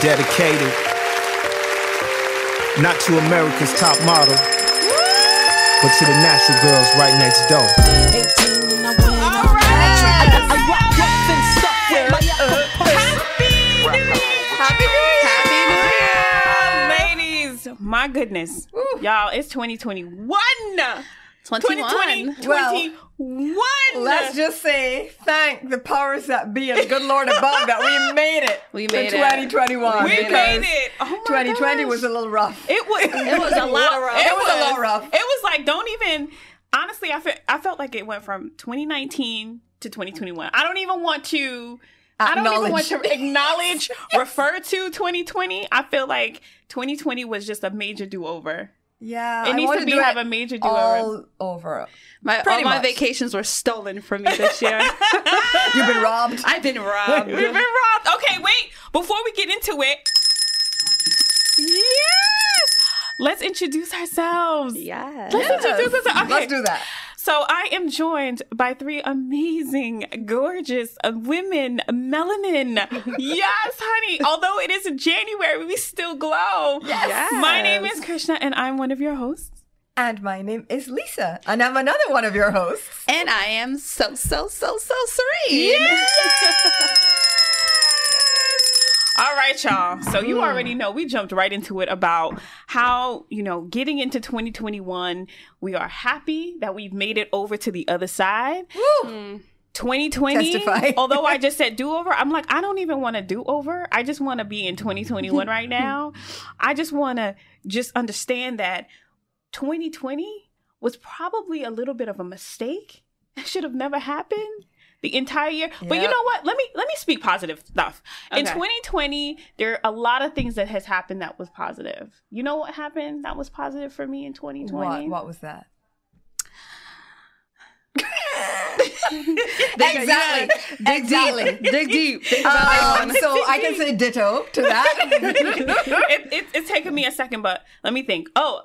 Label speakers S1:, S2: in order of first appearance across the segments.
S1: dedicated not to America's top model, but to the natural girls right next door.
S2: 18 and I went on
S3: All right.
S2: natural. I rock rough and stuff with my upper pumps.
S3: Happy New Year! Happy
S4: Ladies, my goodness. Y'all, it's 2021. 2020,
S3: 2021.
S2: Well,
S4: 21.
S3: Let's just say thank the powers that be and good Lord above that we made it.
S2: We
S3: to
S2: made it.
S3: 2021.
S4: we
S3: because
S4: made it. Oh my
S3: 2020
S4: gosh.
S3: was a little rough.
S4: It was. It
S2: was a lot rough.
S3: It was a lot rough.
S4: It was like don't even. Honestly, I felt I felt like it went from 2019 to 2021. I don't even want to. I don't even want to
S3: Acknowledge.
S4: acknowledge, refer to 2020. I feel like 2020 was just a major do over.
S3: yeah,
S4: It
S3: I
S4: needs
S3: wanna
S4: to be
S3: do
S4: have
S3: it
S4: a major do over.
S3: all over.
S2: My, all
S3: Pretty
S2: my
S3: much.
S2: vacations were stolen from me this year.
S3: You've been robbed.
S2: I've been robbed.
S4: We've been robbed. Okay, wait. Before we get into it, yes, let's introduce ourselves.
S2: Yes.
S4: Let's introduce ourselves. Okay.
S3: Let's do that.
S4: So I am joined by three amazing, gorgeous uh, women. Melanin, yes, honey. Although it is January, we still glow.
S3: Yes.
S4: My name is Krishna, and I'm one of your hosts.
S3: And my name is Lisa, and I'm another one of your hosts.
S2: And I am so, so, so, so serene.
S4: All right, y'all. So you already know we jumped right into it about how, you know, getting into 2021, we are happy that we've made it over to the other side. 2020
S3: Testify.
S4: although i just said do over i'm like i don't even want to do over i just want to be in 2021 right now i just want to just understand that 2020 was probably a little bit of a mistake that should have never happened the entire year but you
S3: Yep.
S4: know what let me let me speak positive stuff in
S2: Okay.
S4: 2020 there are a lot of things that has happened that was positive you know what happened that was positive for me in 2020
S3: What, what was that?
S2: Dig-
S3: Exactly.
S2: Dig
S3: Exactly.
S2: deep. Dig deep. Think about that
S3: Um,
S2: one.
S3: so I can say ditto to that.
S4: it, it, it's taking me a second, but let me think. Oh,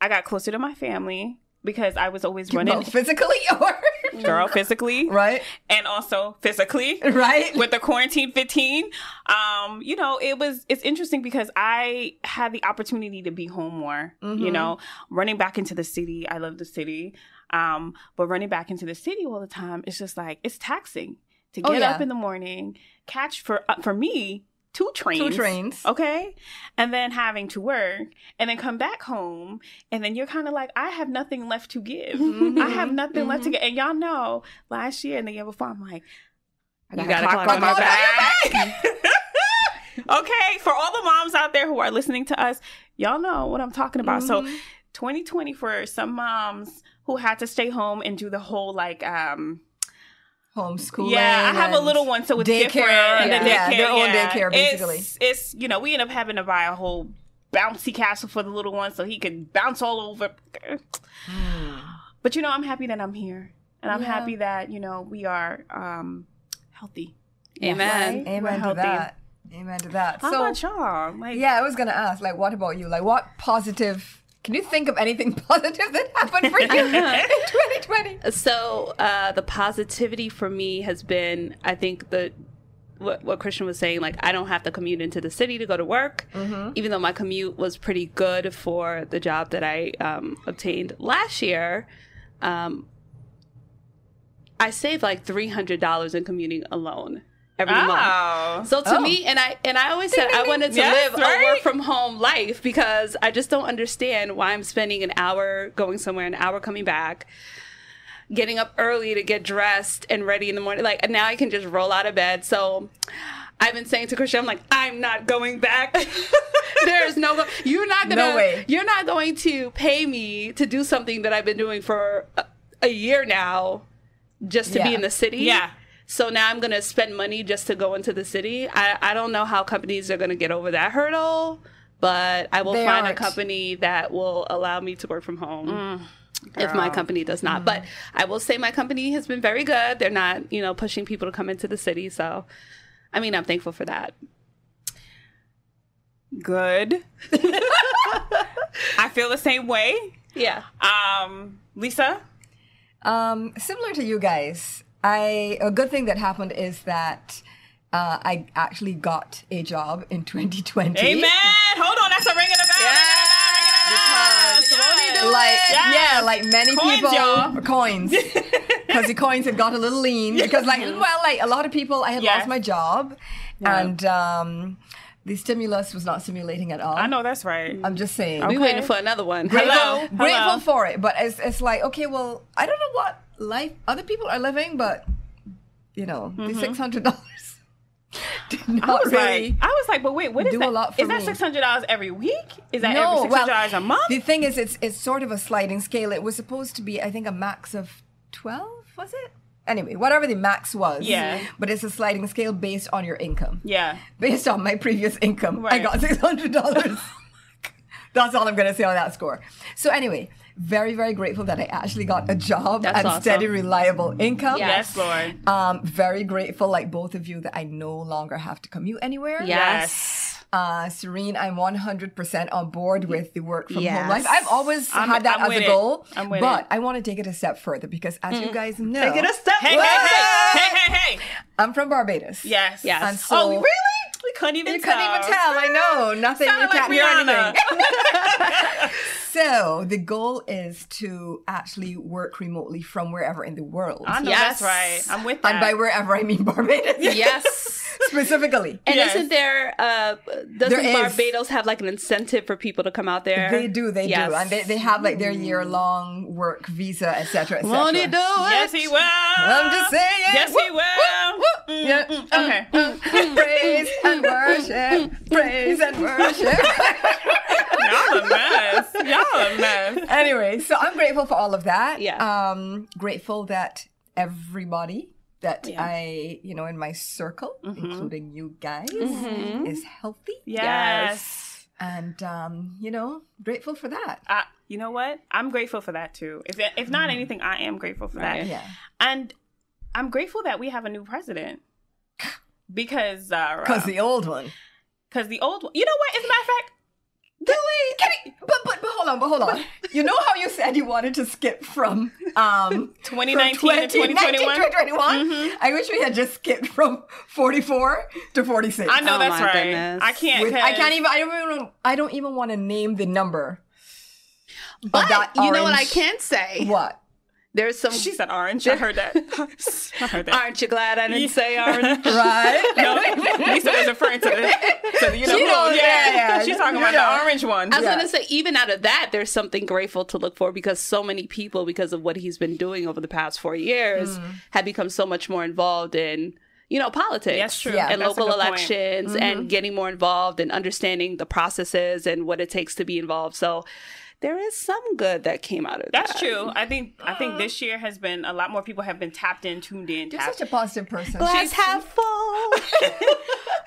S4: I got closer to my family because I was always running,
S3: Both physically or
S4: girl, physically,
S3: right,
S4: and also physically
S3: right.
S4: with the quarantine 15. Um, you know, it was it's interesting because I had the opportunity to be home more.
S3: Mm-hmm.
S4: You know, running back into the city, I love the city. Um, but running back into the city all the time, it's just like it's taxing to
S3: Oh,
S4: get
S3: yeah.
S4: up in the morning, catch for uh, for me two trains, Oh,
S3: Two trains.
S4: okay, and then having to work, and then come back home, and then you're kind of like, I have nothing left to give. I
S2: Mm-hmm.
S4: have nothing left to give. And y'all know, last year and the year before, I'm like, I got,
S2: You got a clock on
S3: my
S4: okay, for all the moms out there who are listening to us, y'all know what I'm talking about.
S2: Mm-hmm.
S4: So,
S3: Mm.
S4: 2020 for some moms who had to stay home and do the whole like, um,
S3: Homeschooling.
S4: yeah, I have a
S3: and-
S4: little one, so it's
S3: daycare,
S4: different. And
S3: yeah.
S4: the
S3: Yeah,
S4: daycare,
S3: their own
S4: yeah.
S3: daycare, basically.
S4: It's, it's you know we end up having to buy a whole bouncy castle for the little one so he could bounce all over. But you know, I'm happy that I'm here, and I'm
S3: Yeah.
S4: happy that you know we are um, healthy.
S2: Amen.
S4: Right? We're
S3: Amen to
S4: healthy.
S3: that. Amen to that.
S4: How
S3: so
S4: about y'all? Like,
S3: yeah, I was gonna ask, like, what about you? Like, what positive? Can you think of anything positive that happened for you in 2020?
S2: So uh, the positivity for me has been, I think the what, what Christian was saying, like I don't have to commute into the city to go to work, even though my commute was pretty good for the job that I um, obtained last year. Um, I saved like three hundred dollars in commuting alone every month.
S4: Oh.
S2: So to
S3: Oh.
S2: me, and I and I always said I wanted to
S4: Yes,
S2: live
S4: right?
S2: a work from home life because I just don't understand why I'm spending an hour going somewhere, an hour coming back, getting up early to get dressed and ready in the morning. Like now I can just roll out of bed. So I've been saying to Christian, I'm like, I'm not going back. there is no go- you're not gonna
S3: No way.
S2: you're not going to pay me to do something that I've been doing for a, a year now just to be
S3: Yeah.
S2: in the city.
S4: Yeah.
S2: So now I'm gonna spend money just to go into the city. I, I don't know how companies are gonna get over that hurdle, but I will
S3: They
S2: find
S3: aren't.
S2: a company that will allow me to work from home if my company does not. But I will say my company has been very good. They're not, you know, pushing people to come into the city. So I mean I'm thankful for that.
S4: good. I feel the same way.
S2: Yeah.
S4: Um, Lisa,
S3: Um, similar to you guys, I a good thing that happened is that uh, I actually got a job in 2020.
S4: Amen. Hold on, that's a ring of the bell. Yes. Yes.
S3: Like
S4: Yes.
S3: yeah, like many
S4: Coins,
S3: people
S4: y'all.
S3: coins because the coins had got a little lean because like well like a lot of people I had
S4: Yes.
S3: lost my job and um, the stimulus was not stimulating at all.
S4: I know that's right.
S3: I'm just saying.
S2: We waiting for another one.
S4: Hello?
S3: grateful, grateful for it. But it's, it's like, okay, well, I don't know what life other people are living, but you know, the six hundred dollars did
S4: Mm-hmm. I
S3: not
S4: was
S3: really.
S4: like, I was like, but wait, what is
S3: do a
S4: that?
S3: lot for
S4: is that
S3: me.
S4: six hundred dollars every week? Is that
S3: no,
S4: every six
S3: well,
S4: hundred dollars a month?
S3: the thing is, it's it's sort of a sliding scale. It was supposed to be, I think, a max of twelve, was it? Anyway, whatever the max was,
S4: Yeah.
S3: But it's a sliding scale based on your income.
S4: yeah.
S3: Based on my previous income, I
S4: Right. Oh
S3: got six hundred dollars. That's all I'm going to say on that score. So anyway, very very grateful that I actually got a job
S2: That's
S3: and
S2: awesome.
S3: steady, reliable income.
S2: Yes.
S4: Yes, Lord.
S3: Um, very grateful, like both of you, that I no longer have to commute anywhere.
S2: Yes.
S3: Uh, Serene, I'm 100% on board with the work from
S2: Yes.
S3: home life. I've always
S4: I'm-
S3: had that
S4: I'm
S3: as
S4: with
S3: a
S4: it.
S3: goal,
S4: I'm with
S3: but
S4: it. Mm-hmm.
S3: I want to take it a step further because, as you guys know,
S2: Take it a step.
S4: Hey, hey, hey, hey, hey, hey.
S3: I'm from Barbados.
S4: Yes.
S2: Yes.
S3: And so
S4: Oh, really? We couldn't even
S3: You
S4: tell.
S3: couldn't even tell. I know nothing. You
S4: Sounded
S3: can't
S4: like
S3: hear
S4: Rihanna.
S3: anything. So the goal is to actually work remotely from wherever in the world,
S4: I know
S2: Yes.
S4: that's right. I'm with that.
S3: and by wherever I mean Barbados
S2: Yes.
S3: specifically.
S2: And
S4: Yes.
S2: isn't there uh doesn't
S3: There is.
S2: Barbados have like an incentive for people to come out there?
S3: They do, they
S2: Yes.
S3: do, and they, they have like their year long work visa, etc. etc.
S2: Won't he do it?
S4: yes, he will.
S3: I'm just saying.
S4: Yes, he will. Mm,
S3: Yeah. Mm.
S4: Okay.
S3: praise and worship. Praise and worship.
S4: Y'all a mess. Y'all a mess.
S3: anyway, so I'm grateful for all of that.
S2: Yeah.
S3: Um, grateful that everybody that
S2: Yeah.
S3: I, you know, in my circle, including you guys, is healthy.
S4: Yes.
S3: And um, you know, grateful for that.
S4: I, you know what? I'm grateful for that too. If if
S3: Mm.
S4: not anything, I am grateful for
S2: Right.
S4: that.
S3: Yeah.
S4: And I'm grateful that we have a new president. Because uh,
S3: Because the old one.
S4: Because the old one. You know what? As a matter of fact,
S3: Do we? Can we- But, but but hold on, but hold on. You know how you said you wanted to skip from um
S4: 2019
S3: from
S4: to 2021.
S3: 2021? I wish we had just skipped from 44 to 46.
S4: I know
S2: Oh
S4: that's
S2: my
S4: right.
S2: goodness.
S4: I can't.
S3: With- I
S4: 'cause-
S3: can't even I don't even I don't even want to name the number.
S2: But
S3: that
S2: you know what I
S3: orange-
S2: can say?
S3: What?
S2: There's some
S4: She said orange. I heard that. I heard that.
S2: Aren't you glad I didn't say orange?
S3: Right?
S4: No, Lisa was referring to the, to the you know,
S3: She knows, yeah, yeah.
S4: she's talking
S3: You
S4: about
S3: know.
S4: the orange one.
S2: I was
S3: Yeah.
S2: gonna say, even out of that, there's something grateful to look for because so many people, because of what he's been doing over the past four years,
S4: Mm-hmm.
S2: have become so much more involved in, you know, politics.
S4: Yes, true.
S3: Yeah.
S2: And
S4: That's a
S2: local
S4: good point. Mm-hmm.
S2: elections and getting more involved and understanding the processes and what it takes to be involved. So there is some good that came out of
S4: That's
S2: that.
S4: true. I think I think this year has been a lot more people have been tapped in, tuned
S3: Uh-huh.
S4: in,
S3: You're
S4: tapped
S3: such a positive person.
S2: Glass half full.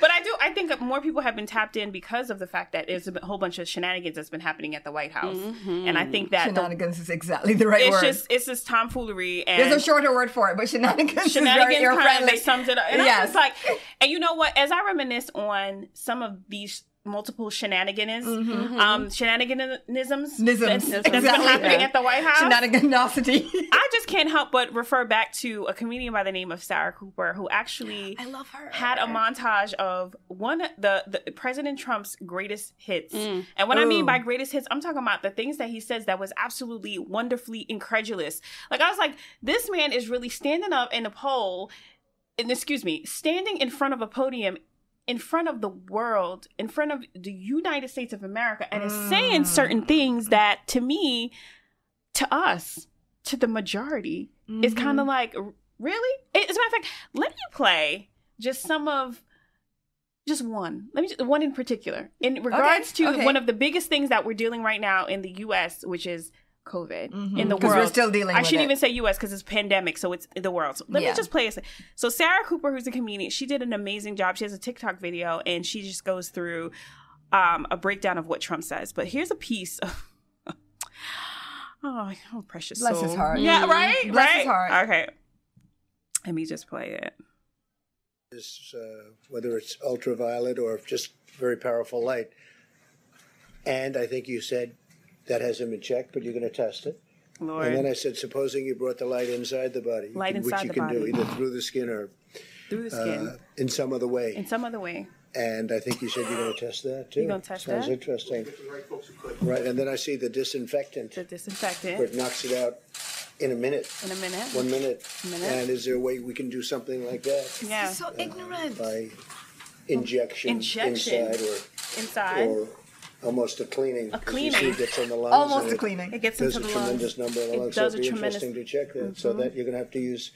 S4: But I do. I think that more people have been tapped in because of the fact that there's a whole bunch of shenanigans that's been happening at the White House, and I think that the,
S3: shenanigans is exactly the right
S4: it's
S3: word.
S4: just it's just tomfoolery and
S3: There's a shorter word for it, but shenanigans, is very
S4: shenanigans.
S3: ear
S4: Kind of,
S3: friendly.
S4: they summed it up, and I
S3: Yes.
S4: was just like, and you know what? As I reminisce on some of these multiple shenanigans, um, shenaniganisms
S3: Mm-hmm. Nisms.
S4: that's, that's been
S3: Exactly.
S4: happening
S3: Yeah.
S4: at the White House,
S3: Shenaniganosity.
S4: I just can't help but refer back to a comedian by the name of Sarah Cooper, who actually
S2: I love her.
S4: had a montage of one of the, the President Trump's greatest hits.
S2: Mm.
S4: And what I mean
S3: Ooh.
S4: by greatest hits, I'm talking about the things that he says that was absolutely wonderfully incredulous. Like I was like, this man is really standing up in a poll, and excuse me, standing in front of a podium in front of the world, in front of the United States of America, and is saying
S2: Mm.
S4: certain things that to me, to us, to the majority, is
S3: Mm-hmm.
S4: kind of like, "R- really? As a matter of fact, let me play just some of just one. Let me just, one in particular in regards to
S3: okay.
S4: one of the biggest things that we're dealing right now in the U.S., which is COVID in the
S3: Mm-hmm. 'Cause we're
S4: world.
S3: still dealing
S4: I
S3: with
S4: shouldn't
S3: it.
S4: even say U.S. because it's pandemic, so it's the world. So let
S3: Yeah.
S4: me just play. A, se- so Sarah Cooper, who's a comedian, she did an amazing job. She has a TikTok video, and she just goes through um, a breakdown of what Trump says. But here's a piece. Of, oh, oh, precious
S3: Bless
S4: soul.
S3: his heart. Mm.
S4: Yeah, right.
S3: Bless
S4: right?
S3: his heart.
S4: Okay. Let me just play it.
S5: is, uh, whether it's ultraviolet or just very powerful light. And I think you said that has him in check, but you're going to test it.
S4: Lord.
S5: And then I said, supposing you brought the light inside the body,
S4: Light
S5: which
S4: inside
S5: you
S4: the
S5: can do
S4: body.
S5: either through the skin or
S4: through the skin
S5: uh, in some other way.
S4: in some other way.
S5: And I think you said you're going to test that too.
S4: You gonna test
S5: Sounds
S4: that?
S5: interesting. Right, and then I see the disinfectant,
S4: The
S5: where
S4: disinfectant
S5: it knocks it out in a minute,
S4: in a minute.
S5: one minute.
S4: Minute.
S5: And is there a way we can do something like that
S4: yeah,
S3: so ignorant.
S5: by injection
S4: Injection.
S5: inside or?
S4: inside.
S5: or almost a cleaning. 'cause You see
S4: cleaning.
S5: it gets on the lungs.
S3: Almost
S5: and
S3: a cleaning.
S4: It gets
S5: Does
S4: into
S5: a
S4: the lungs.
S5: tremendous number of the
S4: It
S5: lungs.
S4: does
S5: So it'd be
S4: a tremendous- Mm-hmm.
S5: interesting to check that, so that you're gonna have to use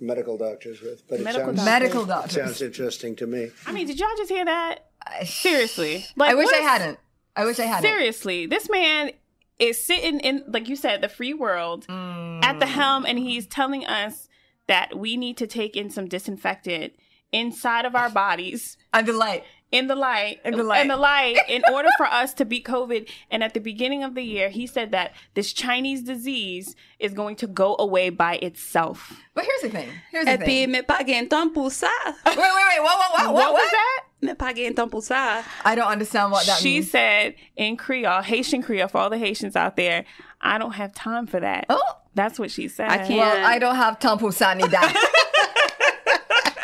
S5: medical doctors with, but it
S4: Medical
S5: sounds.
S4: doctors.
S3: Medical
S5: it
S3: doctors.
S5: Sounds interesting to me.
S4: I mean, did y'all just hear that?
S3: I-
S4: Seriously,
S3: I wish
S4: what
S3: I
S4: is-
S3: hadn't. I wish I hadn't.
S4: Seriously, this man is sitting in, like you said, the free world
S3: Mm.
S4: at the helm, and he's telling us that we need to take in some disinfectant inside of our bodies
S3: I'm delighted.
S4: in the light
S3: In the light.
S4: in light, in order for us to beat covid and at the beginning of the year he said that this chinese disease is going to go away by itself
S3: But here's the thing. Here's the
S2: Et puis,
S3: thing.
S2: mais pas gain temps pour ça.
S3: Wait, wait, wait. What, what, what,
S4: what
S3: what,
S4: was
S3: what?
S4: that
S2: Mais pas gain temps pour ça.
S3: I don't understand what that
S4: she
S3: means.
S4: said in Creole, Haitian Creole, for all the Haitians out there, I don't have time for that.
S3: Oh.
S4: That's what she said.
S2: I can't.
S3: Well, I don't have time for sanidad.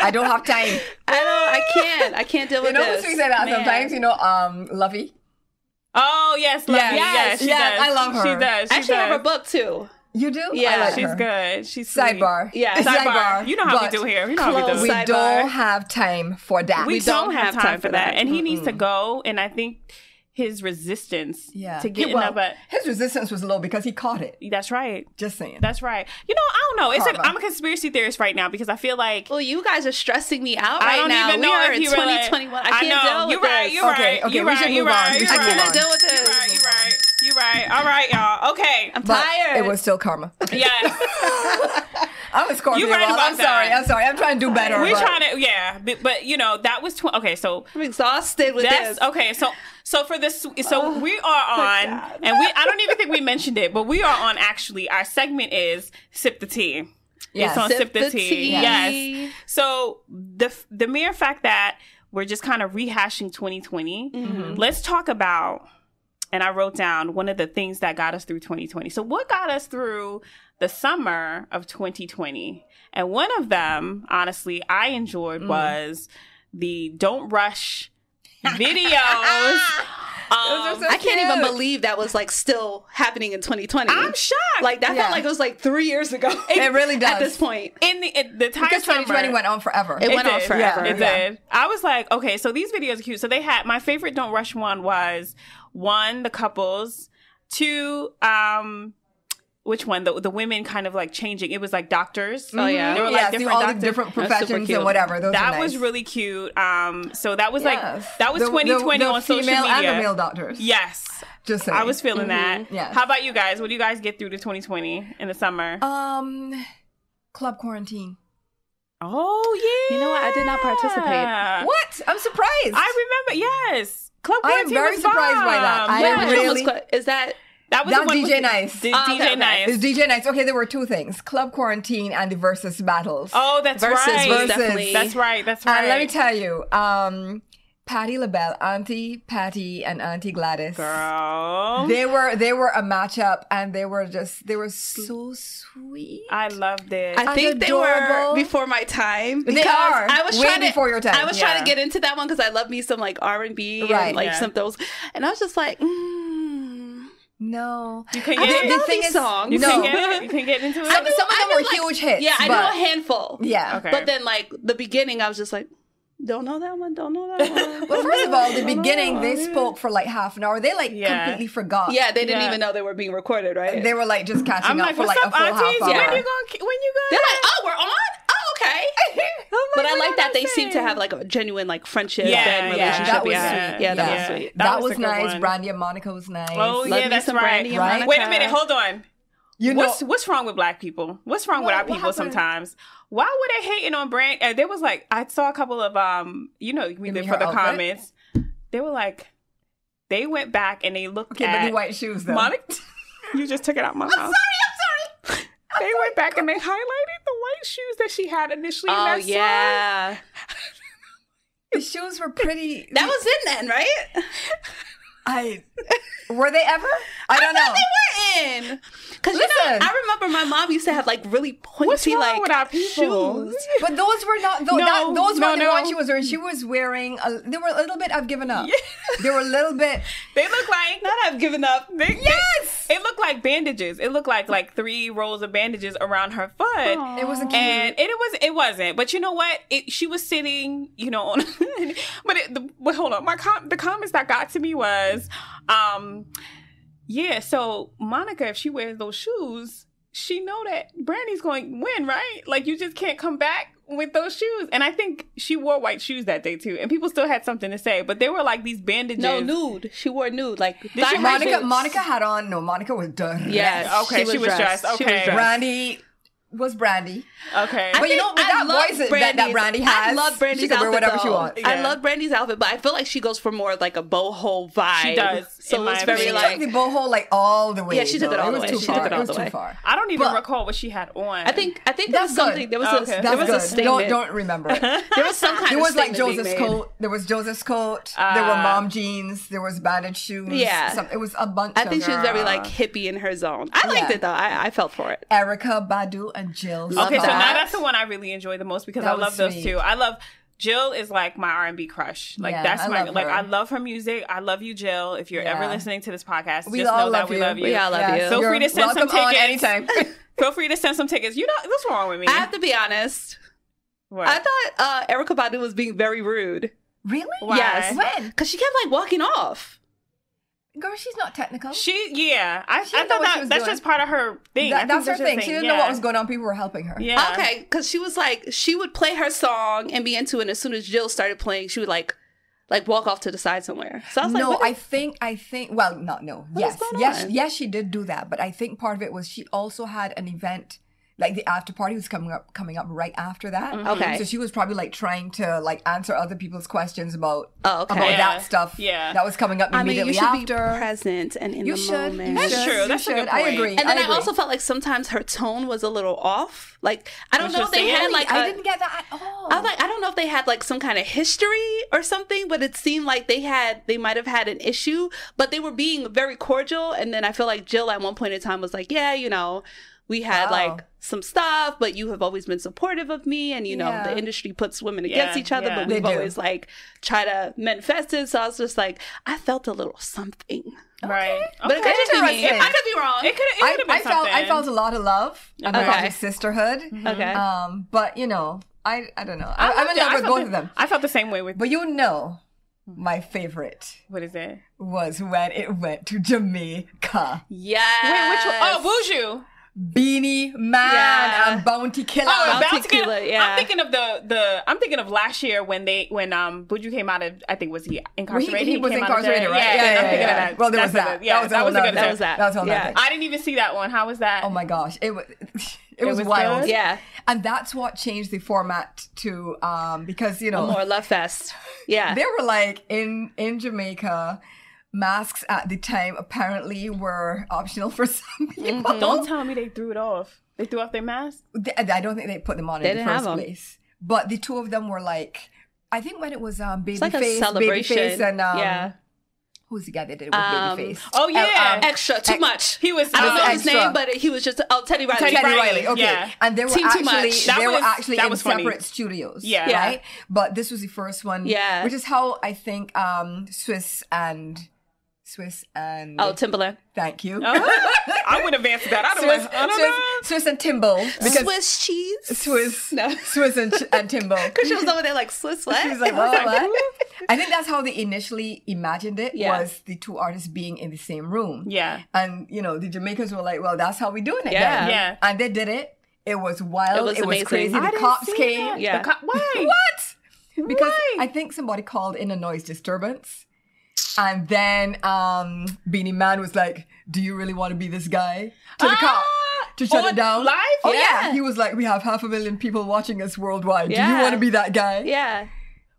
S3: I don't have time.
S2: I don't. I
S4: Ah!
S2: can't. I can't deal
S3: You
S2: with
S3: know who
S2: this.
S3: speaks like that
S2: Man.
S3: sometimes? You know, um, Lovey.
S4: Oh, yes, love
S3: Yes,
S4: you. yes, she
S3: yes,
S4: does.
S3: I love her.
S4: She does. She
S2: I should
S4: does.
S2: have her book too.
S3: You do?
S2: Yeah,
S3: I like
S4: She's
S3: her.
S4: good. She's sweet.
S3: Sidebar.
S2: Yeah,
S4: Sidebar. You know how
S3: But
S4: we do here. You know how we do.
S2: Close.
S3: We
S2: Sidebar.
S3: don't have time for that.
S4: we don't, have time, for that. And he needs to go. And I think his resistance
S3: yeah.
S4: to getting
S3: well,
S4: up. At,
S3: his resistance was low because he caught it.
S4: that's right.
S3: Just saying.
S4: That's right. You know, I don't know. It's like
S3: Karma.
S4: I'm a conspiracy theorist right now because I feel like
S2: Well, you guys are stressing me out
S4: I
S2: right
S4: don't
S2: now.
S4: even
S2: we
S4: know
S2: are
S4: if
S2: in
S4: he really-
S2: 2021. I
S4: I
S2: can't
S4: know.
S2: deal with
S4: You're right.
S2: this.
S4: You're
S3: Okay,
S4: right.
S3: okay,
S4: you're
S3: we
S4: right.
S3: should
S4: You're
S3: move on.
S4: right.
S3: We
S4: You're
S3: should
S2: I
S4: right.
S3: move
S2: cannot
S3: on.
S2: deal with
S4: You're
S2: this.
S4: right. You're right. You're right. All right, y'all. Okay.
S2: I'm
S3: but
S2: tired.
S3: It was still karma.
S4: Yes.
S3: I'm a Scorpio.
S4: You're right
S3: Rob.
S4: about
S3: I'm
S4: that.
S3: sorry. I'm sorry. I'm trying to do better.
S4: We're
S3: but-
S4: trying to, yeah. But, but you know, that was, tw- okay, so
S2: I'm exhausted with
S4: that's,
S2: this.
S4: okay, so. So for this, so we are on, and we—I don't even think we mentioned it, but we are on. Actually, our segment is sip the tea.
S3: Yes.
S4: it's on
S2: Sip
S4: sip, the,
S2: the
S4: tea.
S2: Tea.
S4: Yes. So the f- the mere fact that we're just kind of rehashing 2020,
S3: Mm-hmm.
S4: let's talk about. And I wrote down one of the things that got us through 2020. So what got us through the summer of 2020? And one of them, honestly, I enjoyed
S3: Mm-hmm.
S4: was the don't rush videos.
S3: Those are
S4: um,
S3: so
S2: I can't even
S3: cute.
S2: believe that was like still happening in 2020.
S4: I'm shocked.
S2: Like that
S3: Yeah.
S2: felt like it was like three years ago.
S3: It really does.
S2: At this point,
S4: in the in the time
S3: because
S4: summer-
S3: 2020 went on forever.
S2: It went on
S4: did.
S2: forever.
S4: Yeah, it
S3: Yeah.
S4: did. I was like, okay, so these videos are cute. So they had my favorite Don't Rush one was one, the couples, two, um, which one? The the women kind of like changing. It was like doctors.
S2: Oh, yeah.
S4: They were
S3: yes,
S4: like
S3: do
S4: different
S3: all
S4: doctors.
S3: the different
S2: super
S3: professions
S2: cute.
S3: and whatever. Those
S4: that
S3: are nice.
S4: was really cute. Um, so that was
S3: Yes.
S4: like that was
S3: The- the-
S4: 2020
S3: the
S4: on social
S3: female
S4: media.
S3: and the male doctors.
S4: Yes,
S3: Just saying.
S4: I was feeling that.
S3: Yes.
S4: How about you guys? What do you guys get through to 2020 in the summer?
S3: um club quarantine.
S4: oh yeah.
S2: You know what? I did not participate.
S3: What? I'm surprised.
S4: Uh, I remember. Yes, Club
S3: I am
S4: Quarantine
S3: very
S4: was
S3: surprised by that.
S4: bomb.
S3: I
S2: Wait,
S3: am
S4: Yes.
S2: which one was
S3: really-
S2: que- is that
S4: that was
S3: That
S4: the one
S3: DJ
S4: with,
S3: Nice.
S4: D-
S2: Ah,
S4: DJ
S2: okay, okay.
S4: Nice.
S3: It's DJ nights. Okay, there were two things: club quarantine and the versus battles.
S4: Oh, that's
S2: versus
S4: right.
S2: was
S3: Versus.
S2: definitely
S4: That's right. That's right.
S3: and let me tell you, um, Patty LaBelle, Auntie Patty, and Auntie Gladys.
S4: Girl,
S3: They were they were a matchup, and they were just they were so sweet.
S4: I loved it.
S2: I think they were
S3: adorable.
S2: before my time.
S3: They
S2: because
S3: are.
S2: I was
S3: Way
S2: trying to,
S3: before your time.
S2: I was trying to
S4: Yeah.
S2: get into that one because I love me some like R and B
S3: Right.
S2: and like
S4: Yeah.
S2: some of those. And I was just like, mm,
S3: No,
S4: you can get
S2: I didn't
S4: it.
S2: know these songs.
S4: You
S3: No.
S4: can get it. You can get into it.
S3: Some, some of
S2: I
S3: them
S2: knew,
S3: were
S2: like-
S3: huge hits.
S2: Yeah, I
S3: but,
S2: know a handful.
S3: Yeah.
S4: Okay.
S2: But then like the beginning, I was just like, don't know that one. Don't know that one.
S3: Well, first of all, the
S2: Don't know
S3: beginning
S2: that
S3: they
S2: one.
S3: spoke for like half an hour. They like
S4: Yeah.
S3: completely forgot.
S2: Yeah, they didn't
S4: Yeah.
S2: even know they were being recorded, right?
S3: uh, they were like just catching
S4: I'm
S3: up
S4: like,
S3: for
S4: what's
S3: like
S4: up,
S3: a full
S4: aunties?
S3: half hour.
S4: When you gonna? When you gonna?
S2: They're like, oh, we're on. Oh, okay. but I
S4: what
S2: like oh
S4: are
S2: that
S4: they
S2: they seem to
S4: saying?
S2: have like a genuine like friendship
S4: Yeah,
S2: and
S4: yeah.
S2: relationship.
S3: That was
S2: yeah.
S3: sweet.
S2: yeah, that
S3: Yeah.
S2: was sweet.
S4: That
S3: That,
S4: was
S3: was,
S4: a good
S3: nice.
S4: one.
S3: Brandy and Monica was nice.
S4: oh
S2: Love
S4: yeah,
S2: me
S4: that's
S2: some
S4: right.
S2: Brandy and
S3: Right?
S2: Monica.
S4: Wait a minute, hold on.
S3: you know,
S4: what's what's wrong with black people? What's wrong with
S3: What-
S4: our
S3: what
S4: people
S3: happened?
S4: sometimes? Why were they hating on brand? Uh, there was like I saw a couple of um, you know, we
S3: mean
S4: did
S3: her
S4: for the
S3: outfit?
S4: comments. They were like, they went back and they looked
S3: okay, but
S4: at
S3: the white shoes though.
S4: Monica. you just took it out my mouth.
S3: Sorry, I'm sorry.
S4: They went back and they highlighted the white shoes that she had initially. in
S2: Oh
S4: that song.
S2: yeah,
S3: The shoes were pretty.
S2: that was in then, right?
S3: I were they ever? I don't know.
S2: They were in. Because you know,
S3: Listen.
S2: I remember my mom used to have like really pointy
S4: What's wrong
S2: like
S4: with our people?
S2: shoes.
S3: But those were not tho-
S4: No,
S3: that, those
S4: no,
S3: were the
S4: no.
S3: ones she was wearing. She was wearing. A, they were a little bit. I've given up. They were a little bit.
S4: They look like
S2: Not I've given up.
S4: They-
S3: Yes!
S4: It looked like bandages. It looked like like three rolls of bandages around her foot.
S3: It wasn't cute.
S4: And it, was it wasn't. But you know what? It, she was sitting, you know, on but it, the, but hold on. My com- the comments that got to me was um yeah, so Monica if she wears those shoes, she know that Brandy's going to win, right? Like you just can't come back with those shoes. And I think she wore white shoes that day too. And people still had something to say, but they were like these bandages.
S2: No, nude. She wore nude. Like
S4: she wear
S2: thigh-high
S3: Monica.
S2: boots.
S3: Monica had on. No, Monica was done.
S2: Yes.
S4: Okay, she was dressed.
S2: She was
S4: Okay.
S2: dressed.
S3: Brandy was Brandy.
S4: Okay.
S2: I
S3: But you
S2: think
S3: know, with
S2: I
S3: that
S2: love
S3: voice that- that
S2: Brandy's-
S3: Brandy
S2: I
S3: has,
S2: love
S3: she
S2: Brandy's
S3: can wear
S2: outfit,
S3: whatever she
S2: though.
S3: wants.
S2: I
S4: Yeah.
S2: love Brandy's outfit, but I feel like she goes for more of like a boho vibe.
S4: She does, in
S2: So
S4: my
S2: it's very
S4: opinion.
S3: She took
S2: like
S3: the boho like all the way.
S2: Yeah, she took
S3: though.
S2: it all the
S3: was
S2: way.
S3: Too
S2: She
S3: far.
S2: took it all
S3: was
S2: the
S3: too
S2: way.
S3: far.
S4: I don't even
S3: But-
S4: recall what she had on.
S2: I think I think there
S3: That's
S2: was something
S3: good.
S2: there was
S4: Okay.
S2: a there
S3: That's
S2: was
S3: good.
S2: a statement.
S3: Don't don't remember it.
S2: There was some kind
S3: There
S2: of
S3: was like
S2: statement being
S3: Joseph's
S2: made. Uh,
S3: coat. There was Joseph's coat. there were
S4: Ah.
S3: mom jeans. There was banded shoes.
S2: Yeah.
S3: some, it was a bunch.
S2: I
S3: of
S2: think she was very
S3: girl.
S2: like hippie in her zone. I liked
S3: Yeah.
S2: it though. I, I felt for it.
S3: Erica Badu and Jill.
S4: okay, so now
S2: that.
S4: that's the one I really enjoy the most because
S3: That
S4: I love
S3: was
S4: those
S3: sweet.
S4: two. I love Jill is like my R and B crush. Like
S3: Yeah,
S4: that's
S3: I
S4: my
S3: love
S4: like
S3: her.
S4: I love her music. I love you, Jill. If you're ever
S3: Yeah.
S4: listening to this podcast,
S3: we
S4: just
S3: all love
S4: know that we
S3: you.
S4: love you.
S2: We all love you.
S4: Feel
S3: You're
S4: free to send
S3: welcome
S4: some tickets
S3: on anytime.
S4: Feel free to send some tickets. You know what's wrong with me?
S2: I have to be honest.
S4: What?
S2: I thought uh, Erica Badu was being very rude.
S3: really?
S4: Why?
S2: Yes.
S3: When?
S2: Because she kept like walking off.
S3: Girl, she's not technical.
S4: she yeah. I,
S3: She
S4: I
S3: didn't know
S4: thought
S3: what she
S4: that,
S3: was
S4: that's
S3: doing.
S4: just part of her thing.
S3: That-
S4: I think
S3: that's her
S4: just
S3: thing. She didn't know
S4: Yeah.
S3: what was going on. People were helping her.
S4: Yeah.
S2: Okay, because she was like, she would play her song and be into it. And as soon as Jill started playing, she would like, like walk off to the side somewhere. So I was
S3: no,
S2: like,
S3: I think I think well, not no.
S2: is
S3: yes,
S2: going
S3: yes,
S2: on?
S3: yes, she did do that, but I think part of it was she also had an event like the after party was coming up coming up right after that.
S2: Mm-hmm. Okay.
S3: so she was probably like trying to like answer other people's questions about
S2: Oh, okay.
S3: about
S4: Yeah,
S3: that stuff.
S4: yeah.
S3: that was coming up
S2: I mean, you
S3: immediately
S2: should be
S3: after.
S2: present and in
S3: You
S2: the
S3: should.
S2: moment.
S3: You
S4: That's
S3: should,
S4: true.
S3: you
S4: That's a
S3: should.
S4: good
S3: I
S4: point.
S3: agree.
S2: And then I,
S3: agree.
S2: also felt like sometimes her tone was a little off. Like I don't
S4: Which
S2: know
S4: was
S2: if they
S4: the
S2: had
S4: only-
S2: like
S3: I
S2: a-
S3: didn't get that at all.
S2: I was like, I don't know if they had like some kind of history or something, but it seemed like they had, they might have had an issue, but they were being very cordial. And then I feel like Jill at one point in time was like, yeah, you know, we
S3: Wow.
S2: had like some stuff, but you have always been supportive of me. And, you know,
S3: Yeah.
S2: the industry puts women against
S4: Yeah,
S2: each other,
S4: yeah.
S2: but
S3: They
S2: we've
S3: do.
S2: always like tried to manifest it. So I was just like, I felt a little something.
S4: right.
S2: But it could just be me.
S3: Interesting.
S2: I could be wrong.
S4: It could it
S3: I,
S4: could have been
S3: I felt I
S4: something. Mm-hmm.
S3: felt a lot of love and a lot
S2: Okay.
S3: of sisterhood.
S2: Okay.
S3: Um, but you know, I I don't know. I,
S4: I
S3: am in
S4: loved it.
S3: love
S4: I
S3: with
S4: felt
S3: both
S4: the-
S3: of them.
S4: I felt the same way with
S3: But you know, my favorite
S4: what is it?
S3: was when it went to Jamaica.
S2: yeah.
S4: Wait, which one? Oh, Buju.
S3: Beanie Man
S2: Yeah.
S3: and Bounty Killer.
S4: Oh,
S2: Bounty
S4: Bounty Killer.
S2: Killer, yeah.
S4: I'm thinking of the the. I'm thinking of last year when they when um Buju came out of. I think was he incarcerated?
S3: he was
S4: came out of
S3: incarcerated,
S4: jail.
S3: right?
S4: Yeah,
S3: Yeah,
S4: I'm
S3: yeah,
S4: thinking
S3: yeah.
S4: of that.
S3: Well, there
S4: That's
S3: was
S4: the-
S3: that.
S4: Yeah,
S3: That was a whole
S4: a good
S3: nother-
S2: That was that.
S3: That was all
S2: yeah.
S3: that
S4: I didn't even see that one. How was that?
S3: oh my gosh, it was it, was,
S4: was
S3: wild.
S4: good?
S2: Yeah.
S3: and that's what changed the format to um because you know
S2: More love fest. Yeah.
S3: they were like in in Jamaica. Masks at the time apparently were optional for some people.
S4: Mm-hmm. Don't tell me they threw it off. They threw off their mask.
S3: Th- I don't think they put them on
S2: They
S3: in the
S2: didn't have
S3: first
S2: 'em.
S3: place. But the two of them were like, I think when it was um, Babyface,
S2: like a celebration.
S3: Babyface, and um,
S2: Yeah.
S3: who's the guy that did it with
S2: Um,
S3: Babyface?
S4: oh, yeah.
S3: uh, um,
S2: extra too much.
S4: he was-
S2: I don't
S4: he
S2: know
S4: was
S2: his
S3: extra.
S2: name, but he was just oh Teddy Riley.
S4: Teddy
S3: Teddy Riley,
S4: Riley,
S3: okay.
S4: yeah.
S3: And they were
S2: Team Too
S3: actually
S2: Much.
S4: That
S3: they
S4: was-
S3: were actually
S4: that
S3: in
S4: was funny.
S3: separate studios,
S4: Yeah.
S2: Yeah.
S3: right? But this was the first one,
S2: Yeah.
S3: which is how I think um, Swiss and Swiss and
S2: Oh Timberland.
S3: thank you,
S2: Oh,
S4: I would have answered that. I don't
S3: Swiss,
S4: know. I don't
S3: Swiss,
S4: know.
S3: Swiss and Timbo because
S2: Swiss cheese.
S3: Swiss,
S2: No.
S3: Swiss and, and Timbo.
S2: She was over there like Swiss what?
S3: She's like, "Whoa, what?" I think that's how they initially imagined it
S2: Yeah.
S3: was the two artists being in the same room.
S4: Yeah.
S3: And you know, the Jamaicans were like, Well, that's how we doing it.
S2: Yeah.
S3: then."
S4: Yeah.
S3: And they did it. It was wild.
S2: It was amazing.
S3: crazy.
S2: I
S3: The
S4: didn't
S3: cops
S4: see
S3: came.
S4: that.
S2: Yeah.
S4: The co- why?
S3: What? Because
S4: Why?
S3: I think somebody called in a noise disturbance. And then um, Beanie Man was like, Do you really want to be this guy? To the cop.
S4: Ah,
S3: To shut
S4: on
S3: it down.
S4: live?
S3: Oh,
S2: Yeah.
S3: yeah. He was like, We have half a million people watching us worldwide. Do
S2: Yeah.
S3: you want to be that guy?
S2: Yeah.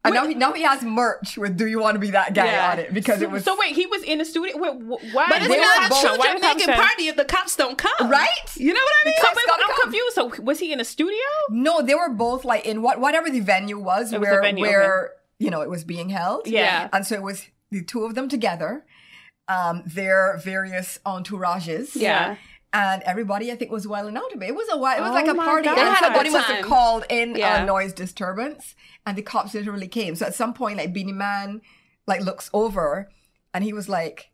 S3: And now he, now he has merch with "Do you want to be that guy?"
S2: Yeah.
S3: on it because it was
S4: So wait, he was in the studio. Wait, wh- why?
S2: But it's
S3: They
S2: not
S3: were
S2: a
S3: both-
S2: true
S4: Why the cops
S2: Jamaican
S4: said-
S2: party if the cops don't come.
S3: right.
S2: You know what I mean?
S3: The cops
S4: Wait,
S3: gotta
S4: I'm
S3: come.
S4: confused. So was he in a studio?
S3: No, they were both like in what whatever the venue was
S4: It was
S3: where
S4: the venue,
S3: where you know it was being held.
S4: Yeah.
S3: and so it was the two of them together. um, their various entourages.
S2: Yeah.
S3: And everybody, I think, was wailing out a bit. It was a while. It was
S4: Oh
S3: like a
S4: my
S3: party.
S4: God.
S3: They
S4: They had a
S3: had somebody
S2: good
S3: must have
S2: time.
S3: called in
S2: Yeah.
S3: a noise disturbance, and the cops literally came. So at some point, like Beanie Man, like looks over, and he was like,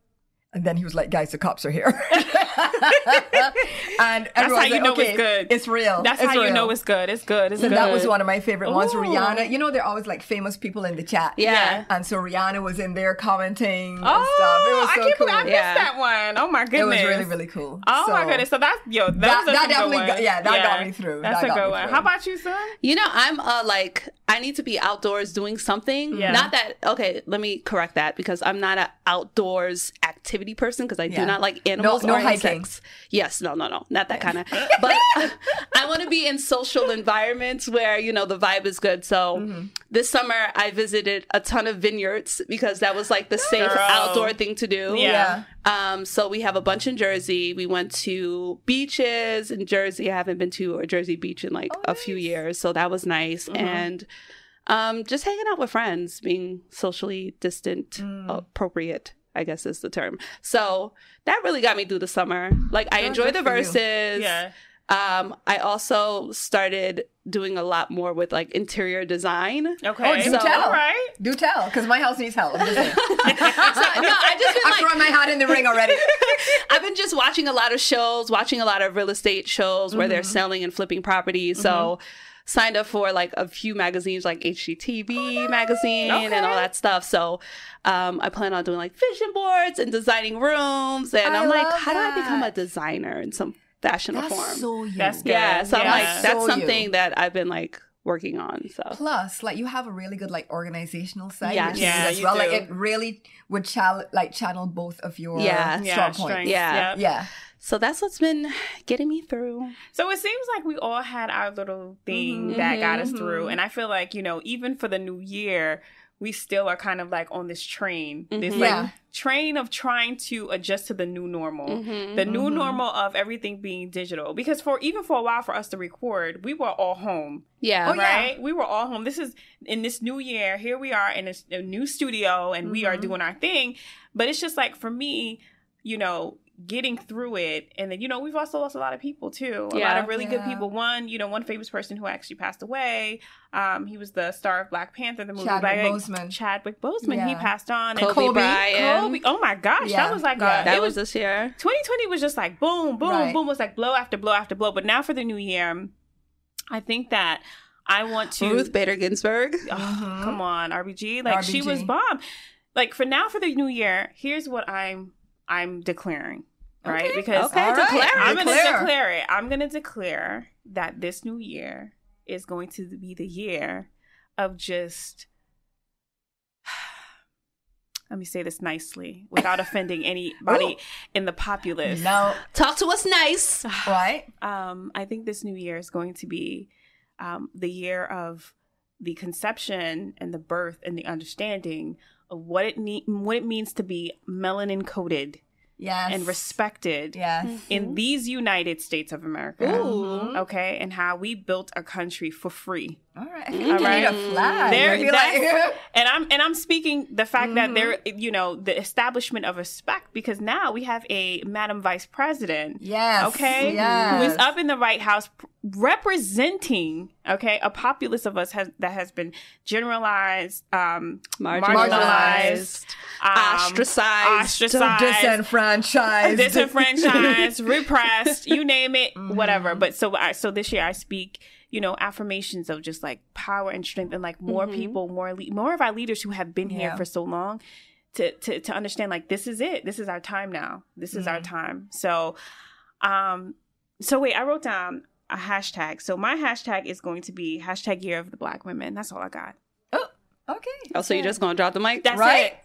S3: and then he was like, "Guys, the cops are here." and
S4: That's how
S3: everyone's
S4: you
S3: like,
S4: know
S3: okay,
S4: it's good.
S3: It's real.
S4: That's
S3: It's
S4: how you
S3: real."
S4: know it's good. It's good. It's
S3: So
S4: good.
S3: Oh, that was one of my favorite ones.
S4: Ooh.
S3: Rihanna, you know, they're always like famous people in the chat.
S2: Yeah.
S3: And so Rihanna was in there commenting and stuff. It
S4: Oh,
S3: was so
S4: I keep.
S3: cool.
S4: I missed
S2: Yeah.
S4: that one. Oh my
S3: It
S4: goodness.
S3: was really, really cool.
S4: Oh my
S3: So-
S4: goodness! So that's yo. That,
S3: That-
S4: was a
S3: that
S4: good
S3: definitely
S4: one.
S3: got- yeah, that got me through.
S4: That's
S3: That
S4: a
S3: got
S4: good
S3: me
S4: one.
S3: through.
S4: How about you, son?
S2: You know, I'm uh, like I need to be outdoors doing something.
S4: Yeah.
S2: Not that okay. Let me correct that because I'm not an outdoors activity person because I
S3: Yeah.
S2: do not like animals
S3: no
S2: or
S3: hiking.
S2: insects. Yes, no, no, no, not that kind of. But I want to be in social environments where you know the vibe is good. So
S3: Mm-hmm.
S2: this summer I visited a ton of vineyards because that was like the safe
S4: Girl.
S2: outdoor thing to do.
S3: Oh,
S4: Yeah.
S2: Um, so we have a bunch in Jersey. We went to beaches in Jersey. I haven't been to a Jersey beach in like a
S3: Oh,
S2: few years, so that was nice.
S3: Mm-hmm.
S2: And um, just hanging out with friends, being socially distant,
S3: Mm.
S2: appropriate, I guess is the term. So that really got me through the summer. Like I enjoy
S3: Oh, good
S2: the
S3: for you.
S2: verses. Um, I also started doing a lot more with like interior design.
S4: Okay.
S3: Oh, do
S2: So-
S3: tell.
S4: all right.
S3: Do tell, because my house needs help. I'm just saying.
S2: So, no, I just been
S3: I'm
S2: like
S3: throwing my hat in the ring already.
S2: I've been just watching a lot of shows, watching a lot of real estate shows where they're selling and flipping properties. So signed up for like a few magazines like HGTV magazine and all that stuff. So um, I plan on doing like vision boards and designing rooms. And
S3: I
S2: I'm like,
S3: love
S2: how do I become a
S3: that.
S2: designer in some fashion or form?
S3: you.
S4: That's good.
S2: yeah. So I'm
S4: Yeah.
S2: like, that's
S3: So you.
S2: something that I've been like working on. So
S3: Plus, like you have a really good like organizational side,
S2: Yes.
S3: which is
S4: Yeah,
S3: good as
S4: you
S3: well. Like
S4: do.
S3: it really would chal- like channel both of your
S2: Yeah.
S3: strong
S2: Yeah,
S3: points.
S4: strengths.
S2: Yeah.
S4: Yep.
S3: Yeah,
S2: so that's what's been getting me through.
S4: So it seems like we all had our little thing
S3: Mhm.
S4: that got us
S2: Mhm.
S4: through. And I feel like, you know, even for the new year, we still are kind of like on this train, this
S2: Mhm.
S4: like
S3: Yeah.
S4: train of trying to adjust to the new normal.
S2: Mhm.
S4: The new
S3: Mhm.
S4: normal of everything being digital. Because for even for a while for us to record, we were all home,
S2: Yeah.
S3: Oh, yeah.
S4: right? We were all home. This is in this new year. Here we are in a, s- a new studio and we are
S3: Mhm.
S4: doing our thing. But it's just like for me, you know, getting through it. And then, you know, we've also lost a lot of people too. A lot
S2: Yeah.
S4: of really good
S3: Yeah.
S4: people. One, you know, one famous person who actually passed away. Um, he was the star of Black Panther, the movie
S3: Chadwick
S4: Black-
S3: Boseman.
S4: Chadwick Boseman. He
S3: Yeah.
S4: passed on.
S2: Kobe,
S3: Kobe.
S2: Bryant.
S4: Kobe. Oh my gosh. That
S3: Yeah.
S4: was like
S3: Yeah.
S4: a,
S2: That
S4: it
S2: was
S4: was,
S2: this year.
S4: 2020 was just like boom, boom,
S3: Right.
S4: boom. It was like blow after blow after blow. But now for the new year, I think that I want to.
S2: Ruth Bader Ginsburg.
S4: Oh, come on rbg like she
S3: RBG.
S4: was bomb like for now for the new year here's what i'm i'm declaring right
S3: Okay.
S4: because
S2: Okay,
S3: All right.
S2: declare it.
S4: i'm
S3: Declare.
S4: gonna declare it i'm gonna declare that this new year is going to be the year of just let me say this nicely without offending anybody in the populace
S3: no,
S2: Talk to us nice.
S3: right?
S4: um, I think this new year is going to be um, the year of the conception and the birth and the understanding of what it ne- what it means to be melanin coded
S3: Yes,
S4: and Mm. respected
S3: Yes, Mm-hmm.
S4: in these United States of America.
S2: Ooh.
S4: Okay, and how we built a country for free.
S3: all right. I think you
S4: right.
S3: need a flag.
S4: There-
S3: Maybe like- Mm-hmm.
S4: that's- And I'm and I'm speaking the fact that there you know the establishment of respect because now we have a Madam Vice President
S3: yes,
S4: okay,
S3: yes.
S4: who is up in the White House p- representing, okay, a populace of us has, that has been generalized, um,
S2: Marginalized.
S4: um,
S2: Ostracized.
S4: ostracized,
S3: disenfranchised,
S4: disenfranchised, repressed, you name it,
S3: Mm-hmm.
S4: whatever. But so I, so this year I speak, you know, affirmations of just like power and strength and like more people, more le- more of our leaders who have been here
S3: Mm-hmm. Yeah.
S4: for so long to to to understand like this is it. This is our time now. This is our
S3: Mm-hmm.
S4: time. So um so wait, I wrote down a hashtag. So my hashtag is going to be hashtag year of the black women. That's all I got.
S3: Oh, okay.
S2: Oh, so you're just gonna drop the mic?
S4: That's
S3: Right?
S4: it.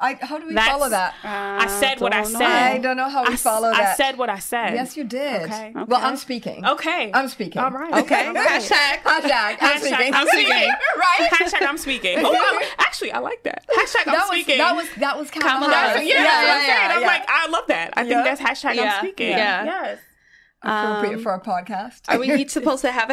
S3: I, how do we
S4: That's-
S3: follow that?
S4: I said what I
S2: don't know.
S4: said.
S3: I don't know how
S4: I
S3: we
S4: s-
S3: follow
S4: I
S3: that.
S4: said what I said.
S3: yes, you did.
S4: Okay,
S3: Well,
S4: okay.
S3: I'm speaking.
S4: Okay.
S3: I'm speaking.
S4: All right.
S2: Okay.
S4: All right.
S2: Hashtag.
S3: Hashtag. I'm speaking.
S4: I'm speaking.
S3: right.
S4: Hashtag I'm speaking. Oh, I- actually, I like that. Hashtag I'm
S3: that was,
S4: speaking.
S3: That was that was Kamala.
S2: Kamala.
S3: Harris.
S4: yeah, that's what I'm saying. I'm
S3: yeah.
S4: like, I love that. I think
S3: Yeah.
S4: that's hashtag
S2: Yeah.
S4: I'm speaking.
S2: Yeah.
S4: Yes.
S3: Appropriate
S4: um,
S3: for our podcast.
S2: Um, Are we each supposed to have a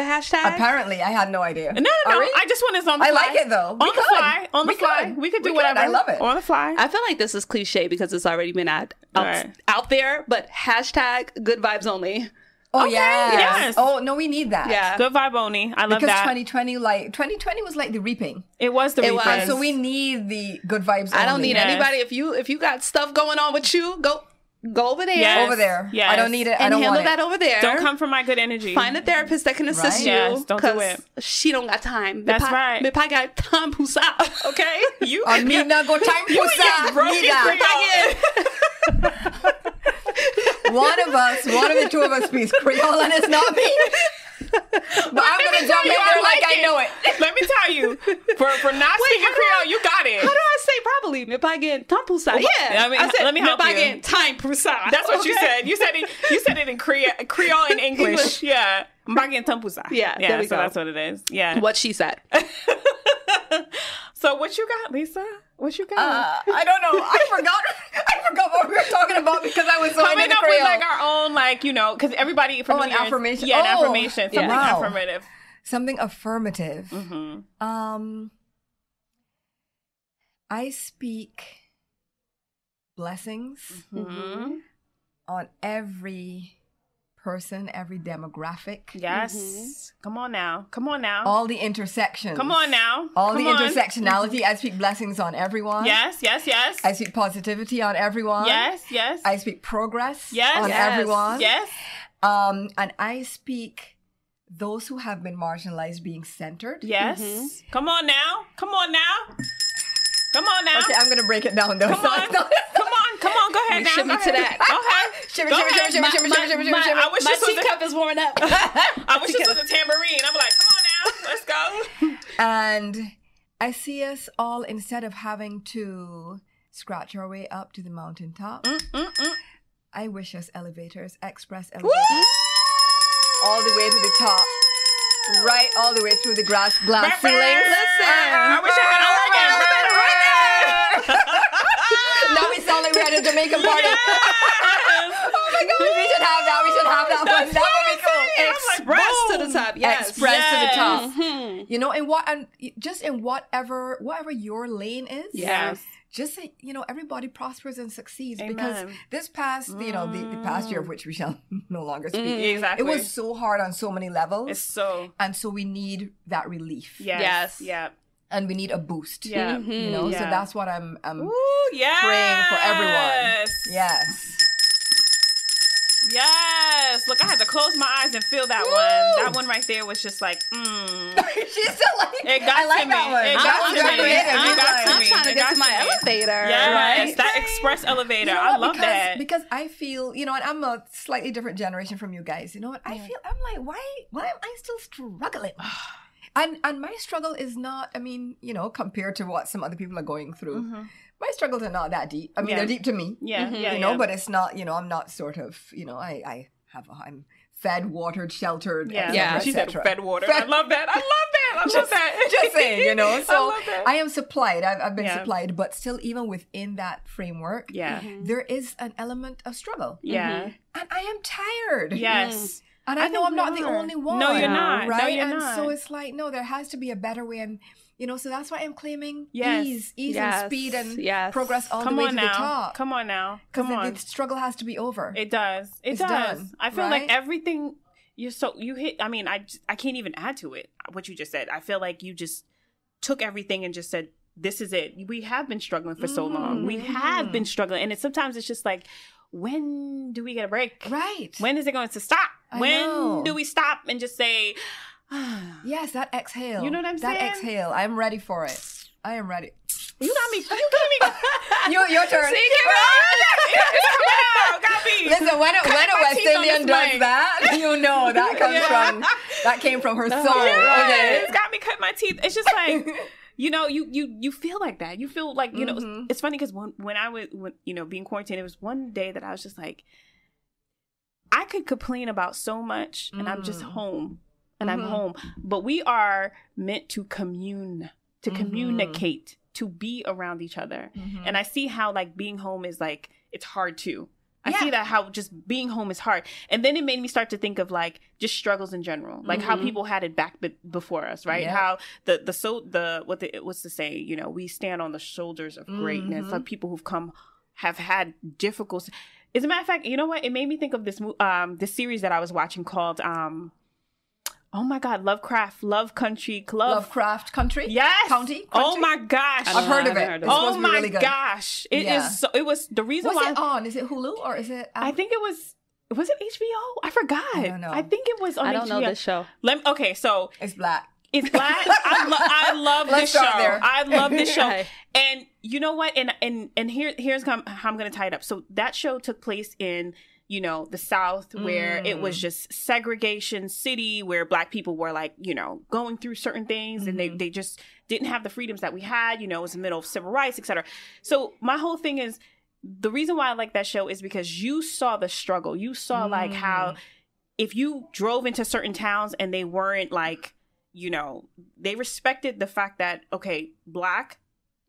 S2: hashtag?
S3: Apparently, I had no idea.
S4: No, no, no.
S3: Are we?
S4: I just want us on the
S3: I
S4: fly.
S3: like it, though.
S4: On
S3: We
S4: the
S3: could.
S4: fly. On the
S3: We
S4: fly.
S3: could.
S4: We could do
S3: We could.
S4: whatever.
S3: I love it.
S4: On the fly.
S2: I feel like this is cliche because it's already been out out,
S4: Right.
S2: out there, but hashtag good vibes only.
S3: oh
S4: Okay,
S3: yeah.
S4: yes.
S3: Oh no, we need that.
S2: Yeah.
S4: Good vibe only. I love
S3: Because
S4: that.
S3: 2020, like 2020, was like the reaping.
S4: it was the
S2: It was.
S4: reapers.
S2: Yes.
S3: So we need the good vibes.
S2: I don't
S3: only.
S2: need
S4: Yes.
S2: anybody. If you if you got stuff going on with you, go go over there
S4: Yes.
S3: over there.
S4: Yes.
S3: I don't need it. I
S2: and
S3: don't
S2: handle
S3: want
S2: that
S3: it.
S2: over there.
S4: Don't come for my good energy.
S2: Find a therapist that can assist
S3: Right.
S2: you.
S4: Yes, don't do
S2: 'cause
S4: it.
S2: She don't got time.
S4: That's
S2: Me pa-
S4: right.
S2: Me pa got time who's out. Okay.
S4: you.
S3: I mean, not go time for that.
S4: broken
S3: Neither.
S2: Again.
S3: One of us, one of the two of us speaks Creole, and it's not me. But I'm gonna jump in there like I know it.
S4: Let me tell you, for for not speaking
S2: how do I-
S4: Creole, you got it.
S2: How do I say properly? Me pa get time who's out. Yeah.
S4: I mean,
S2: said
S4: let me help
S2: me pa
S4: you.
S2: get time who's out.
S4: That's what you
S2: Okay?
S4: said. You said it. You said it in Crea- Creole and English.
S2: English.
S4: Yeah. Mbagin tampusa.
S2: Yeah,
S4: Yeah.
S2: there we
S4: so
S2: go.
S4: that's what it is. Yeah.
S2: What she said.
S4: So what you got, Lisa? What you got?
S3: Uh, I don't know. I forgot. I forgot what we were talking about because I was so
S4: Coming
S3: into
S4: up
S3: Creole.
S4: with like our own, like you know, because everybody from
S3: Oh,
S4: New
S3: an
S4: Year's-
S3: affirmation.
S4: Yeah, an
S3: Oh,
S4: affirmation. Something
S3: wow.
S4: affirmative.
S3: Something affirmative.
S4: Mm-hmm.
S3: Um, I speak blessings
S4: Mhm.
S3: on every person, every demographic,
S4: Yes. Come on now. Come on now.
S3: Mm-hmm. all the intersections.
S4: Come on now.
S3: All
S4: Come
S3: the
S4: on.
S3: intersectionality. I speak blessings on everyone.
S4: Yes. Yes. Yes.
S3: I speak positivity on everyone.
S4: Yes. Yes.
S3: I speak progress
S4: Yes.
S3: on
S4: Yes.
S3: everyone.
S4: Yes.
S3: Um, and I speak those who have been marginalized being centered.
S4: Yes.
S3: Mm-hmm.
S4: Come on now. Come on now. Come on now.
S3: Okay, I'm gonna break it down though.
S4: Come on. Come on. Come on. Go ahead now.
S2: shimmy
S4: Go
S2: to
S4: ahead.
S2: that.
S4: Go ahead.
S3: Shimmy,
S4: Go
S3: shimmy,
S4: ahead.
S3: shimmy,
S4: My-
S3: shimmy,
S4: my-
S3: shimmy, shimmy,
S4: my-
S3: shimmy.
S4: I wish
S2: My
S4: this was a,
S2: teacup is warming up.
S4: I wish this was a tambourine. I'm like, come on now. Let's go.
S3: And I see us all instead of having to scratch our way up to the mountaintop.
S4: Mm,
S3: I wish us elevators, express elevators, all the way to the top, right, all the way through the grass glass ceilings.
S4: Uh, I wish I had an organ.
S3: Right there, right there. now we sound like we're at a Jamaican party. Oh my god, we should have that. We should have that one. That would be cool.
S2: Express to the top. Yes.
S3: Express
S4: Yes.
S3: to
S4: Mm-hmm.
S3: the top. You know, and what and just in whatever whatever your lane is.
S4: Yes.
S3: Just say, you know, everybody prospers and succeeds because
S4: Amen.
S3: this past, you know, the, the past year of which we shall no longer speak.
S4: Mm, exactly.
S3: It was so hard on so many levels.
S4: It's so.
S3: and so we need that relief.
S4: Yes.
S2: Yes.
S4: Yeah.
S3: And we need a boost.
S4: Yeah. Mm-hmm.
S3: You know, so
S4: Yeah.
S3: that's what I'm I'm
S4: Ooh, yes.
S3: praying for everyone. Yes.
S4: Yes. Look, I had to close my eyes and feel that one. That one right there was just like, mm.
S3: She's still like
S4: It got
S3: I like
S4: to me.
S3: that one.
S4: It
S3: That
S4: got
S3: one's
S4: to me.
S3: very creative.
S4: It
S3: She's
S4: got
S3: like-
S4: to
S2: I'm
S4: me.
S2: trying to
S4: It
S2: get
S4: got
S2: to my
S4: to me.
S2: elevator.
S4: Yes,
S2: Right?
S4: that express elevator.
S3: You know
S4: I
S3: what?
S4: love
S3: because,
S4: that.
S3: because I feel you know, and I'm a slightly different generation from you guys. You know what? I feel I'm like, why? Why am I still struggling? and and my struggle is not. I mean, you know, compared to what some other people are going through, my struggles are not that deep. I mean,
S4: Mm-hmm. Yeah.
S3: they're deep to me.
S4: yeah, yeah,
S3: you know,
S4: yeah.
S3: but it's not. You know, I'm not sort of. You know, I I have. A, I'm fed, watered, sheltered.
S4: yeah,
S3: et
S2: Yeah.
S3: cetera,
S4: she
S3: et
S4: said
S3: cetera.
S4: fed water. I
S3: Fed-
S4: love that. I love that. I love that.
S3: just saying, you know. So I,
S4: love that.
S3: am supplied. I've, I've been
S4: Yeah.
S3: supplied, but still, even within that framework,
S4: yeah, Mm-hmm.
S3: there is an element of struggle.
S4: yeah,
S3: And I am tired.
S4: yes,
S3: And I, know
S4: think
S3: I'm
S4: we
S3: not the
S4: are.
S3: only one.
S4: No, you're not. No,
S3: Right?
S4: you're
S3: and
S4: not.
S3: so it's like, no, there has to be a better way. And, you know, so that's why I'm claiming
S4: Yes.
S3: ease, ease
S2: Yes.
S3: and speed and
S2: Yes.
S3: progress all
S4: Come
S3: the way
S4: on
S3: to
S4: now.
S3: the top.
S4: Come on now.
S3: 'Cause
S4: Come
S3: the-
S4: on.
S3: The struggle has to be over.
S4: It does. It
S3: It's
S4: does.
S3: done,
S4: I feel like
S3: right?
S4: everything you're so you hit. I mean, I j- I can't even add to it what you just said. I feel like you just took everything and just said, "This is it." We have been struggling for so long. We
S3: Mm-hmm.
S4: have been struggling, and it, sometimes it's just like, when do we get a break?
S3: right.
S4: When is it going to stop?
S3: I
S4: when
S3: know.
S4: do we stop and just say,
S3: yes, that exhale.
S4: You know what I'm saying?
S3: That exhale. I'm ready for it. I am ready.
S4: "You got me, you got me,
S3: You, your turn.
S4: wow, got me."
S3: Listen, when a, when a
S4: my
S3: West
S4: teeth on
S3: Indian
S4: this
S3: does
S4: mic.
S3: that, you know that comes
S4: Yeah. Oh,
S3: from that came from her soul.
S4: Yeah,
S3: Okay.
S4: it's got me cut my teeth. It's just like you know, you you you feel like that. You feel like you know. It's funny because when when I was when, you know being quarantined, it was one day that I was just like, I could complain about so much, and I'm just home, and
S3: Mm-hmm.
S4: I'm home. But we are meant to commune, to
S3: Mm-hmm.
S4: communicate, to be around each other, and I see how like being home is like it's hard too. I
S3: Yeah.
S4: see that how just being home is hard. And then it made me start to think of like just struggles in general, like how people had it back be- before us, right?
S3: Mm-hmm. Yeah.
S4: How the the so the what the what's the saying? You know, we stand on the shoulders of greatness
S3: Mm-hmm.
S4: of people who've come have had difficult. As a matter of fact, you know what? It made me think of this mo- um this series that I was watching called um oh my god, Lovecraft, Love Country Club.
S3: Lovecraft Country.
S4: Yes.
S3: County.
S4: Oh
S3: Country?
S4: my gosh.
S3: I've heard of
S2: I've
S3: it.
S2: heard of
S3: It's
S2: it.
S3: supposed to
S4: Oh
S3: be
S4: my
S3: really good.
S4: gosh! It is
S3: Yeah.
S4: so. It was the reason
S3: What's
S4: why
S3: it on? Is it Hulu or is it?
S4: I think it was. Was it HBO? I forgot.
S3: I don't know.
S4: think it was on
S2: I don't know
S4: HBO.
S2: this show.
S4: Lem- okay, so
S3: it's black.
S4: it's black. I, lo- I love
S3: Let's
S4: this show.
S3: start there.
S4: I love this show.
S2: Okay.
S4: and you know what? And and and here here's how I'm, how I'm going to tie it up. So that show took place in you know the South, where it was just segregation city, where black people were like you know going through certain things, and they they just didn't have the freedoms that we had. You know, it was the middle of civil rights, etc. So my whole thing is the reason why I like that show is because you saw the struggle. You saw like how if you drove into certain towns and they weren't like, you know, they respected the fact that okay, black,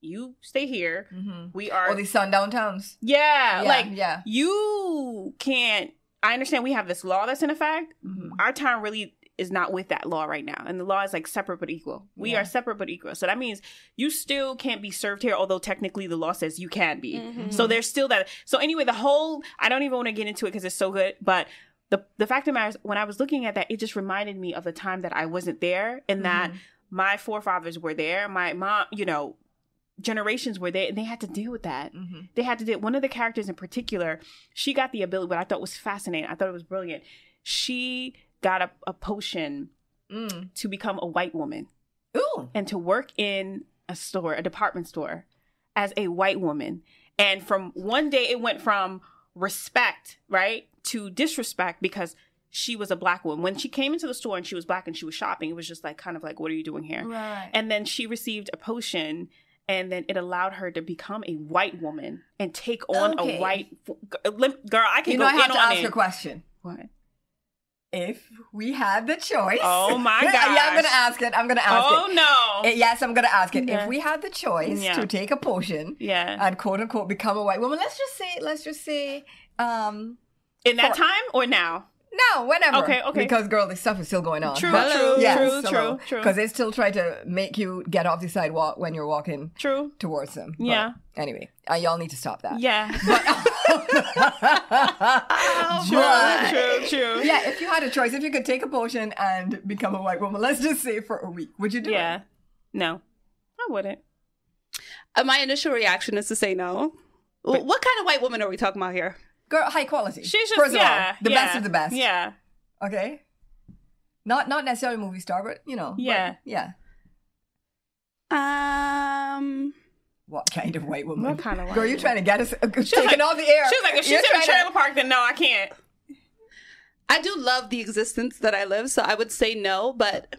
S4: you stay here.
S3: Mm-hmm.
S4: We are
S3: Or the sundown towns.
S4: yeah,
S3: Yeah,
S4: like
S3: yeah.
S4: you can't I understand we have this law that's in effect.
S3: Mhm.
S4: Our town really is not with that law right now. And the law is like separate but equal. We
S3: Yeah.
S4: are separate but equal. So that means you still can't be served here, although technically the law says you can
S2: Mm.
S4: be.
S2: Mm-hmm.
S4: So there's still that. So anyway, the whole I don't even want to get into it because it's so good, but the the fact of the matter is when I was looking at that, it just reminded me of the time that I wasn't there and that
S3: Mm-hmm.
S4: my forefathers were there, my mom, you know, generations were there and they had to deal with that
S3: Mhm.
S4: they had to do one of the characters in particular she got the ability what i thought was fascinating i thought it was brilliant she got a, a potion
S3: Mm.
S4: to become a white woman
S3: Ooh.
S4: and to work in a store a department store as a white woman and from one day it went from respect right to disrespect because she was a black woman when she came into the store and she was black and she was shopping it was just like kind of like what are you doing here
S3: Right.
S4: and then she received a potion, and then it allowed her to become a white woman and take on
S3: Okay.
S4: a white f- lem- girl. I can
S3: you
S4: go
S3: know, I have
S4: in
S3: to
S4: on
S3: ask
S4: it.
S3: a question.
S4: What?
S3: If we had the choice.
S4: Oh my
S3: Yeah, Yeah, I'm
S4: gosh.
S3: gonna ask it. I'm gonna ask
S4: Oh
S3: it.
S4: no!
S3: Eh, Yes, I'm gonna ask it.
S4: Yeah.
S3: If we had the choice
S4: Yeah.
S3: to take a potion
S4: yeah,
S3: and quote unquote become a white woman, let's just say, let's just say, um,
S4: in that time or now?
S3: no, whenever.
S4: Okay, okay.
S3: Because girl, this stuff is still going on.
S4: True,
S3: But-
S4: true,
S3: yes,
S4: true, true, true,
S3: Because they still try to make you get off the sidewalk when you're walking
S4: true.
S3: towards them. But
S4: Yeah.
S3: Anyway, uh, y'all need to stop that.
S4: Yeah,
S3: But-
S4: true, true.
S3: yeah, if you had a choice, if you could take a potion and become a white woman, let's just say for a week, would you do
S4: yeah.
S3: it?
S4: No, I wouldn't.
S2: Uh, My initial reaction is to say no. W what kind of white woman are we talking about here?
S3: Girl, high quality.
S4: She's just
S3: First of
S4: yeah,
S3: all, the
S4: yeah,
S3: best of the best.
S4: Yeah,
S3: Okay. Not not necessarily a movie star, but you know. but
S4: Yeah.
S3: yeah.
S2: Um,
S3: What kind of white woman?
S4: What kind of white
S3: Girl, you're trying to get us uh, taken
S4: like-
S3: off the air.
S4: she was like, if she's
S3: You're
S4: in a
S3: trying
S4: trailer park, then no, I can't.
S2: I do love the existence that I live, so I would say no. But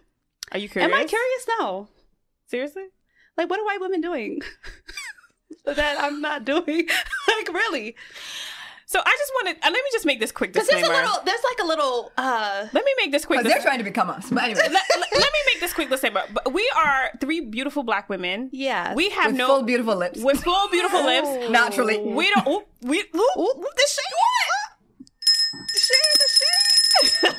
S4: Are you curious?
S2: am I curious now?
S4: Seriously?
S2: Like, what are white women doing that I'm not doing? like, really?
S4: So I just wanted. Uh, let me just make this quick
S2: Because there's a
S4: disclaimer.
S2: little, there's like a little. uh
S4: Let me make this quick.
S3: Because they're trying to become us. But anyway,
S4: let, let- let me make this quick disclaimer. But We are three beautiful black women.
S2: Yes.
S4: We have
S3: with
S4: no
S3: full beautiful lips.
S4: with full beautiful lips.
S3: Naturally.
S4: We don't. Ooh, we ooh, ooh, this shit. The shade, the shade.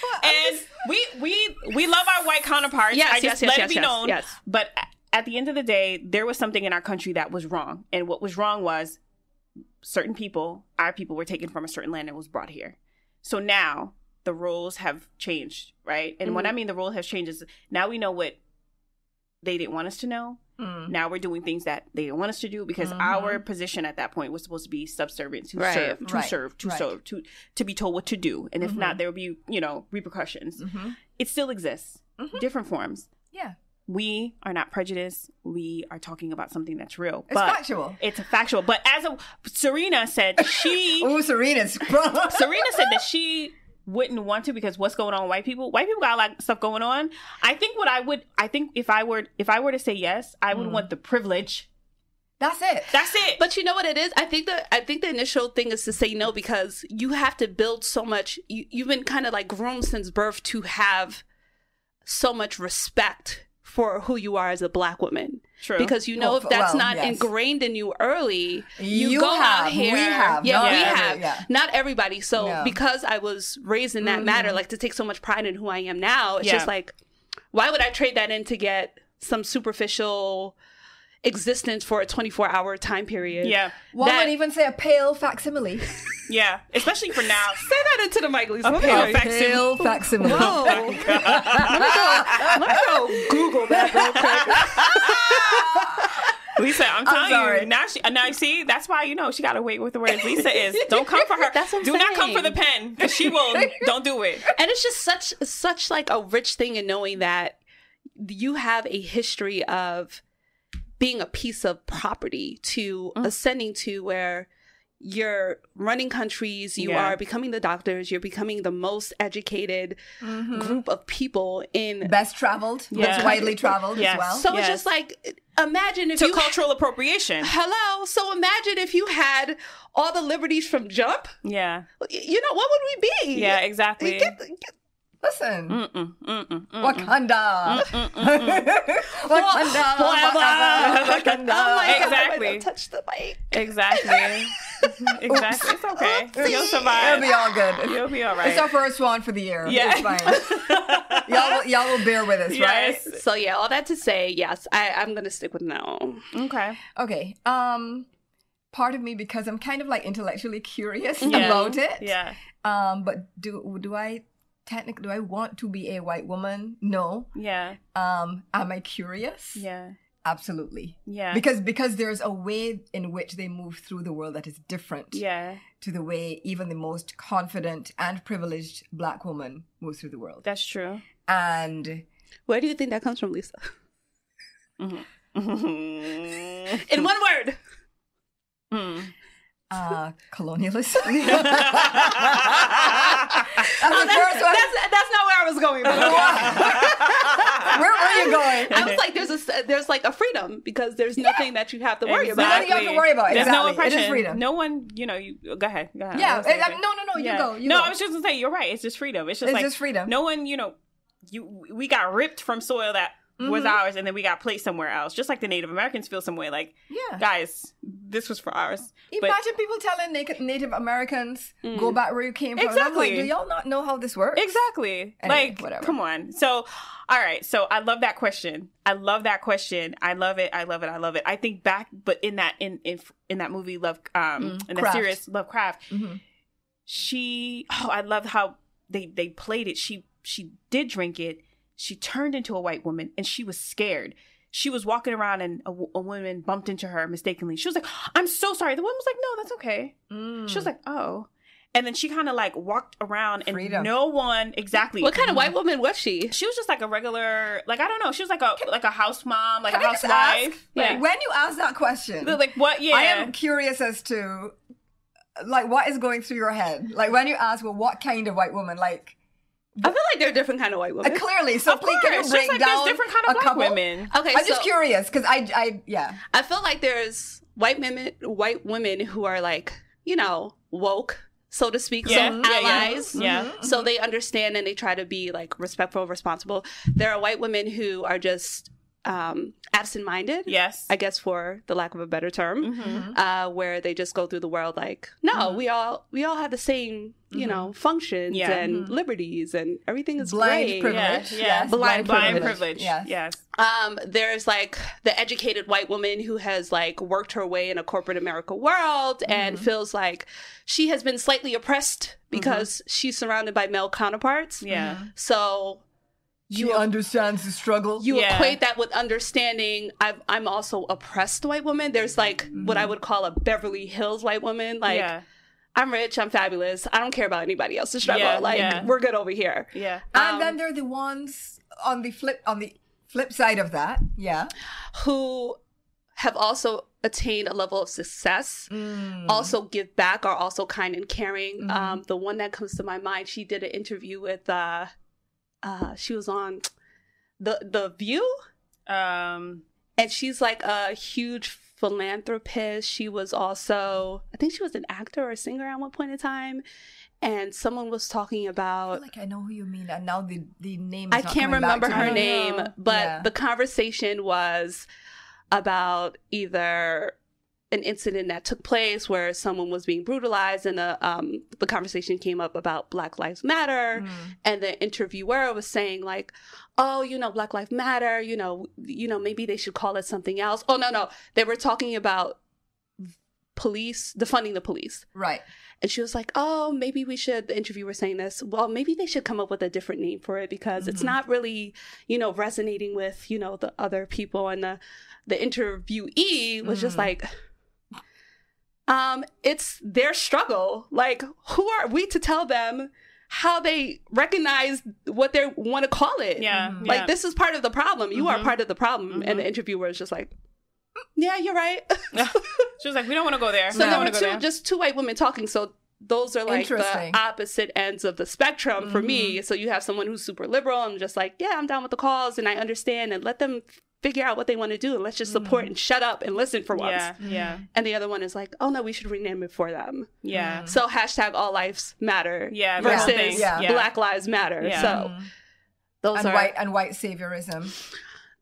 S4: and we we we love our white counterparts.
S2: Yes,
S4: I just
S2: yes, yes,
S4: let
S2: yes,
S4: it be
S2: yes,
S4: known.
S2: yes.
S4: But a- at the end of the day, there was something in our country that was wrong, and what was wrong was certain people, our people, were taken from a certain land and was brought here. So now the rules have changed, right? And
S3: Mm-hmm.
S4: when I mean the rules have changed, is now we know what they didn't want us to know.
S3: Mm.
S4: Now we're doing things that they didn't want us to do because our position at that point was supposed to be subservient to
S2: Right.
S4: serve, to
S3: Mm-hmm. Right.
S4: serve, to
S3: Right. Mm-hmm.
S4: serve, to to be told what to do, and if not, there would be you know repercussions. It still exists,
S3: Mm-hmm.
S4: different forms.
S3: Yeah.
S4: We are not prejudiced. We are talking about something that's real.
S3: It's
S4: but
S3: factual.
S4: It's factual. But as a Serena said, she
S3: Oh, Serena's.
S4: Serena said that she wouldn't want to because what's going on with white people white people got a lot of stuff going on i think what i would i think if i were if i were to say yes i would want the privilege
S3: That's it.
S4: that's it
S2: But you know what it is? I think the I think the initial thing is to say no because you have to build so much. You, you've been kind of like groomed since birth to have so much respect for who you are as a black woman.
S4: True.
S2: Because you know
S3: Well,
S2: if that's
S3: well,
S2: not
S3: yes.
S2: ingrained in you early, you,
S3: You
S2: go out
S3: have, we
S2: here.
S3: have,
S2: yeah,
S3: not
S2: we
S3: every-
S2: have.
S3: yeah.
S2: Not everybody. So
S3: No.
S2: because I was raised in that matter, like to take so much pride in who I am now,
S4: Mm-hmm.
S2: it's
S4: Yeah.
S2: just like, why would I trade that in to get some superficial existence for a 24 hour time period?
S4: yeah,
S3: One
S2: That-
S3: would even say a pale facsimile.
S4: yeah. Especially for now.
S2: Say that into the mic, Lisa.
S4: A
S2: Oh. Let me
S4: pale
S2: go-
S4: fac-
S3: Pale facsimile.
S2: Whoa. Let me go Google that real quick.
S4: Lisa, I'm telling
S3: sorry.
S4: you. Now she, now you see. That's why you know she got to wait with the words. Lisa is. Don't come for her.
S2: That's what I'm
S4: do not come
S2: saying.
S4: for the pen. 'cause She will. Don't do it.
S2: and it's just such such like a rich thing in knowing that you have a history of being a piece of property to
S4: Mm.
S2: ascending to where you're running countries you
S4: Yeah.
S2: are becoming the doctors you're becoming the most educated
S4: Mm-hmm.
S2: group of people in
S3: Best traveled.
S4: Yeah.
S3: That's widely traveled
S4: Yes.
S3: as well.
S2: so
S4: Yes.
S2: it's just like imagine if
S4: To
S2: you
S4: cultural appropriation.
S2: hello so imagine if you had all the liberties from jump
S4: Yeah.
S2: Y- you know what would we be
S4: Yeah. Exactly.
S2: Get- get-
S3: Listen.
S4: Mm, mm, mm, mm.
S3: Wakanda. Wakanda.
S4: Forever.
S3: Wakanda.
S2: oh my God, I
S4: Exactly.
S2: touched the mic
S4: Exactly. exactly. It's okay. You'll
S3: It'll be
S4: survive.
S3: all good.
S4: You'll be all
S3: It's
S4: right.
S3: our first one for the year.
S4: Yeah.
S3: It's fine. y'all, will, y'all will bear with us,
S4: Yes.
S2: So yeah, all that to say, yes, I, I'm gonna stick with no.
S4: Okay.
S3: right? Okay. Um, part of me because I'm kind of like intellectually curious
S4: Yeah.
S3: about it.
S4: Yeah.
S3: Um, but do do I technically do I want to be a white woman? No.
S4: Yeah.
S3: Um, am I curious?
S4: Yeah.
S3: Absolutely.
S4: Yeah.
S3: Because because there's a way in which they move through the world that is different
S4: Yeah.
S3: to the way even the most confident and privileged black woman moves through the world.
S4: That's true.
S3: And
S2: Where do you think that comes from, Lisa?
S4: Mm.
S2: In one word.
S3: uh colonialism. Oh, That's the
S2: That's,
S3: first one.
S2: that's, that's not where I was going. but okay.
S3: Where were you going?
S2: I was like, there's a s- there's like a freedom because there's nothing that you have to worry
S3: Nothing
S2: about.
S3: you have to worry about.
S4: There's no
S3: Exactly. It is
S4: oppression.
S3: freedom.
S4: No one, you know, you go ahead. Go ahead.
S3: Yeah,
S4: I was gonna
S3: I- I-
S4: say-
S3: no, no, no, you go, you
S4: no,
S3: go.
S4: I was just gonna say you're right. It's just freedom. It's just
S3: It's
S4: like
S3: just freedom.
S4: No one, you know, you we got ripped from soil that
S3: Mm-hmm.
S4: was ours, and then we got placed somewhere else. Just like the Native Americans feel some way. Like,
S3: Yeah.
S4: guys, this was for ours. But- Mm.
S3: Imagine people telling naked Native Americans go back where you came from. And I'm like,
S4: Exactly.
S3: do y'all not know how this works?
S4: Exactly.
S3: Anyway,
S4: like,
S3: whatever.
S4: come on. So, all right. So, I love that question. I love that question. I love it. I love it. I love it. I think back, but in that in in, in that movie, love um in that
S3: Mm, Craft.
S4: series, Lovecraft,
S3: Mhm.
S4: she. Oh, I love how they they played it. She she did drink it. She turned into a white woman, and she was scared. She was walking around, and a, wo- a woman bumped into her mistakenly. She was like, "I'm so sorry." The woman was like, "No, that's okay."
S3: Mm.
S4: She was like, "Oh." And then she kind of like walked around and
S3: Freedom.
S4: no one exactly.
S2: What kind of white woman was she?
S4: She was just like a regular, like I don't know. She was like a like a house mom, like a
S3: Can I just
S4: housewife.
S3: ask,
S4: Like,
S3: When you ask that question,
S4: like what? Yeah,
S3: I am curious as to like what is going through your head. Like when you ask, well, what kind of white woman? Like
S2: I feel like they're a different kind of white
S3: uh,
S2: woman.
S3: clearly, so
S4: of
S3: please can
S4: course.
S3: you
S4: Just
S3: break
S4: like
S3: down
S4: there's different kind
S3: a
S4: of black
S3: couple?
S4: women.
S2: Okay,
S3: I'm
S2: so
S3: just curious because I, I, yeah,
S2: I feel like there's white women, white women who are like you know woke, so to speak,
S4: Yeah,
S2: so
S4: yeah, yeah.
S2: allies.
S4: Yeah.
S3: Mm-hmm.
S2: so they understand and they try to be like respectful responsible there are white women who are just um absent-minded
S4: Yes.
S2: i guess for the lack of a better term
S4: Mhm.
S2: uh where they just go through the world like no we all we all have the same you know functions
S4: Yeah.
S2: and liberties and everything is
S3: blind
S2: great
S3: privilege, yes,
S4: Yeah, yeah.
S2: Blind
S4: Blind
S2: privilege.
S4: privilege.
S3: yes.
S4: Yes.
S2: um there's like the educated white woman who has like worked her way in a corporate america world and feels like she has been slightly oppressed because she's surrounded by male counterparts
S4: Yeah.
S2: so
S3: She understands the struggle.
S2: you
S4: Yeah.
S2: equate that with understanding I've, i'm also oppressed white woman there's like what i would call a beverly hills white woman like
S4: Mm-hmm. yeah.
S2: i'm rich i'm fabulous i don't care about anybody else's struggle
S4: Yeah,
S2: like
S4: yeah.
S2: we're good over here
S4: Yeah.
S3: and then there are the ones on the flip on the flip side of that. Yeah,
S2: who have also attained a level of success
S4: Mm. Mm-hmm.
S2: also give back are also kind and caring um, the one that comes to my mind she did an interview with uh, uh, she was on the the view
S4: Um.
S2: and she's like a huge philanthropist. She was also, I think she was an actor or a singer at one point in time. And someone was talking
S3: I
S2: about,
S3: feel like I know who you mean, and now the the name. Is
S2: I
S3: not
S2: can't
S3: coming back
S2: remember
S3: to
S2: her
S3: me.
S2: name, but
S3: Yeah.
S2: the conversation was about either an incident that took place where someone was being brutalized and the um the conversation came up about Black Lives Matter
S3: Mm.
S2: and the interviewer was saying like oh you know Black Lives Matter you know you know maybe they should call it something else oh no no they were talking about police defunding the police
S3: Right.
S2: and she was like, "Oh, maybe we should." The interviewer saying this. Well, maybe they should come up with a different name for it because it's
S4: Mm-hmm.
S2: not really, you know, resonating with you know the other people. And the the interviewee was
S4: Mm.
S2: just like, "Um, it's their struggle. Like, who are we to tell them how they recognize what they want to call it?
S4: Yeah.
S2: like
S4: yeah. Mm-hmm.
S2: this is part of the problem. You are part of the problem." And the interviewer is just like, "Mm, "Yeah, you're right."
S4: She was like, we don't want to go there. we
S2: So there
S4: don't
S2: were
S4: want to
S2: two,
S4: go there.
S2: just two white women talking. So those are like the
S3: Interesting. Mm-hmm.
S2: opposite ends of the spectrum for me. So you have someone who's super liberal and just like, yeah, I'm down with the cause and I understand and let them figure out what they want to do and let's just
S3: Mm-hmm.
S2: support and shut up and listen for once.
S4: yeah, yeah,
S2: And the other one is like, oh no, we should rename it for them.
S4: yeah.
S3: Mm-hmm.
S2: So hashtag all lives matter.
S4: Yeah, the
S3: whole
S2: Versus
S3: thing. Yeah.
S2: Black Lives Matter.
S4: Yeah. Mm-hmm.
S2: So those
S3: And
S2: are
S3: white and white saviorism.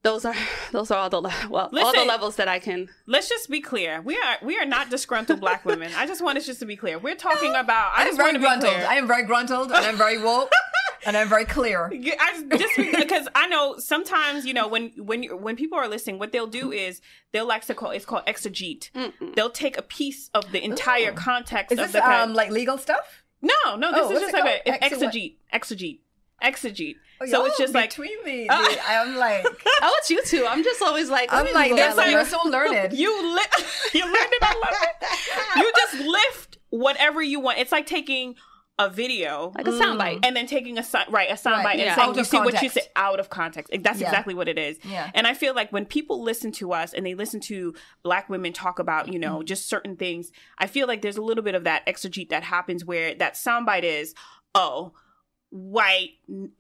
S2: those are those are all the le- well all the
S4: Listen.
S2: levels that I can
S4: Let's just be clear. We are we are not disgruntled black women. I just want us just to be clear. We're talking about. I
S3: I'm
S4: just
S3: very
S4: want to be
S3: gruntled.
S4: clear.
S3: I am very gruntled and I'm very woke and I'm very clear.
S4: Yeah, I just because I know sometimes you know when when you when people are listening, what they'll do is they'll like to call it's called exegete. They'll take a piece of the entire context
S3: Is this
S4: of the
S3: um like legal stuff?
S4: no no this
S3: Oh,
S4: is
S3: what's
S4: just
S3: it
S4: like a, it's
S3: called? Exe- what?
S4: exegete exegete exegete. so
S3: Y'all
S4: it's just like Ah.
S3: between me. dude. I'm like
S2: Oh, it's you two. I'm just always like let
S3: I'm
S2: me
S3: like
S2: look
S3: that's
S2: at
S3: like
S2: it.
S3: you're so learned.
S4: you lift you lift it. I love it. You just lift whatever you want. It's like taking a video
S2: like a soundbite.
S4: and then taking a si- right a soundbite
S3: Right,
S4: and
S2: yeah.
S4: saying
S3: Out
S4: you
S3: of
S4: see what you
S3: context.
S4: say out of context. That's
S3: Yeah.
S4: exactly what it is.
S3: Yeah.
S4: And I feel like when people listen to us and they listen to black women talk about you
S2: Mm-hmm.
S4: know just certain things, I feel like there's a little bit of that exegete that happens where that soundbite is oh white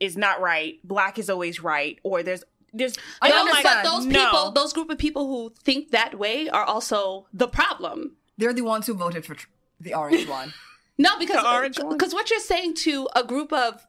S4: is not right, black is always right, or there's there's
S3: I
S4: and I'm
S2: Those-
S3: understand.
S2: but those
S4: no.
S2: people, those group of people who think that way are also the problem.
S3: They're the ones who voted for tr- the orange one.
S2: No, because
S4: The orange one?
S2: because what you're saying to a group of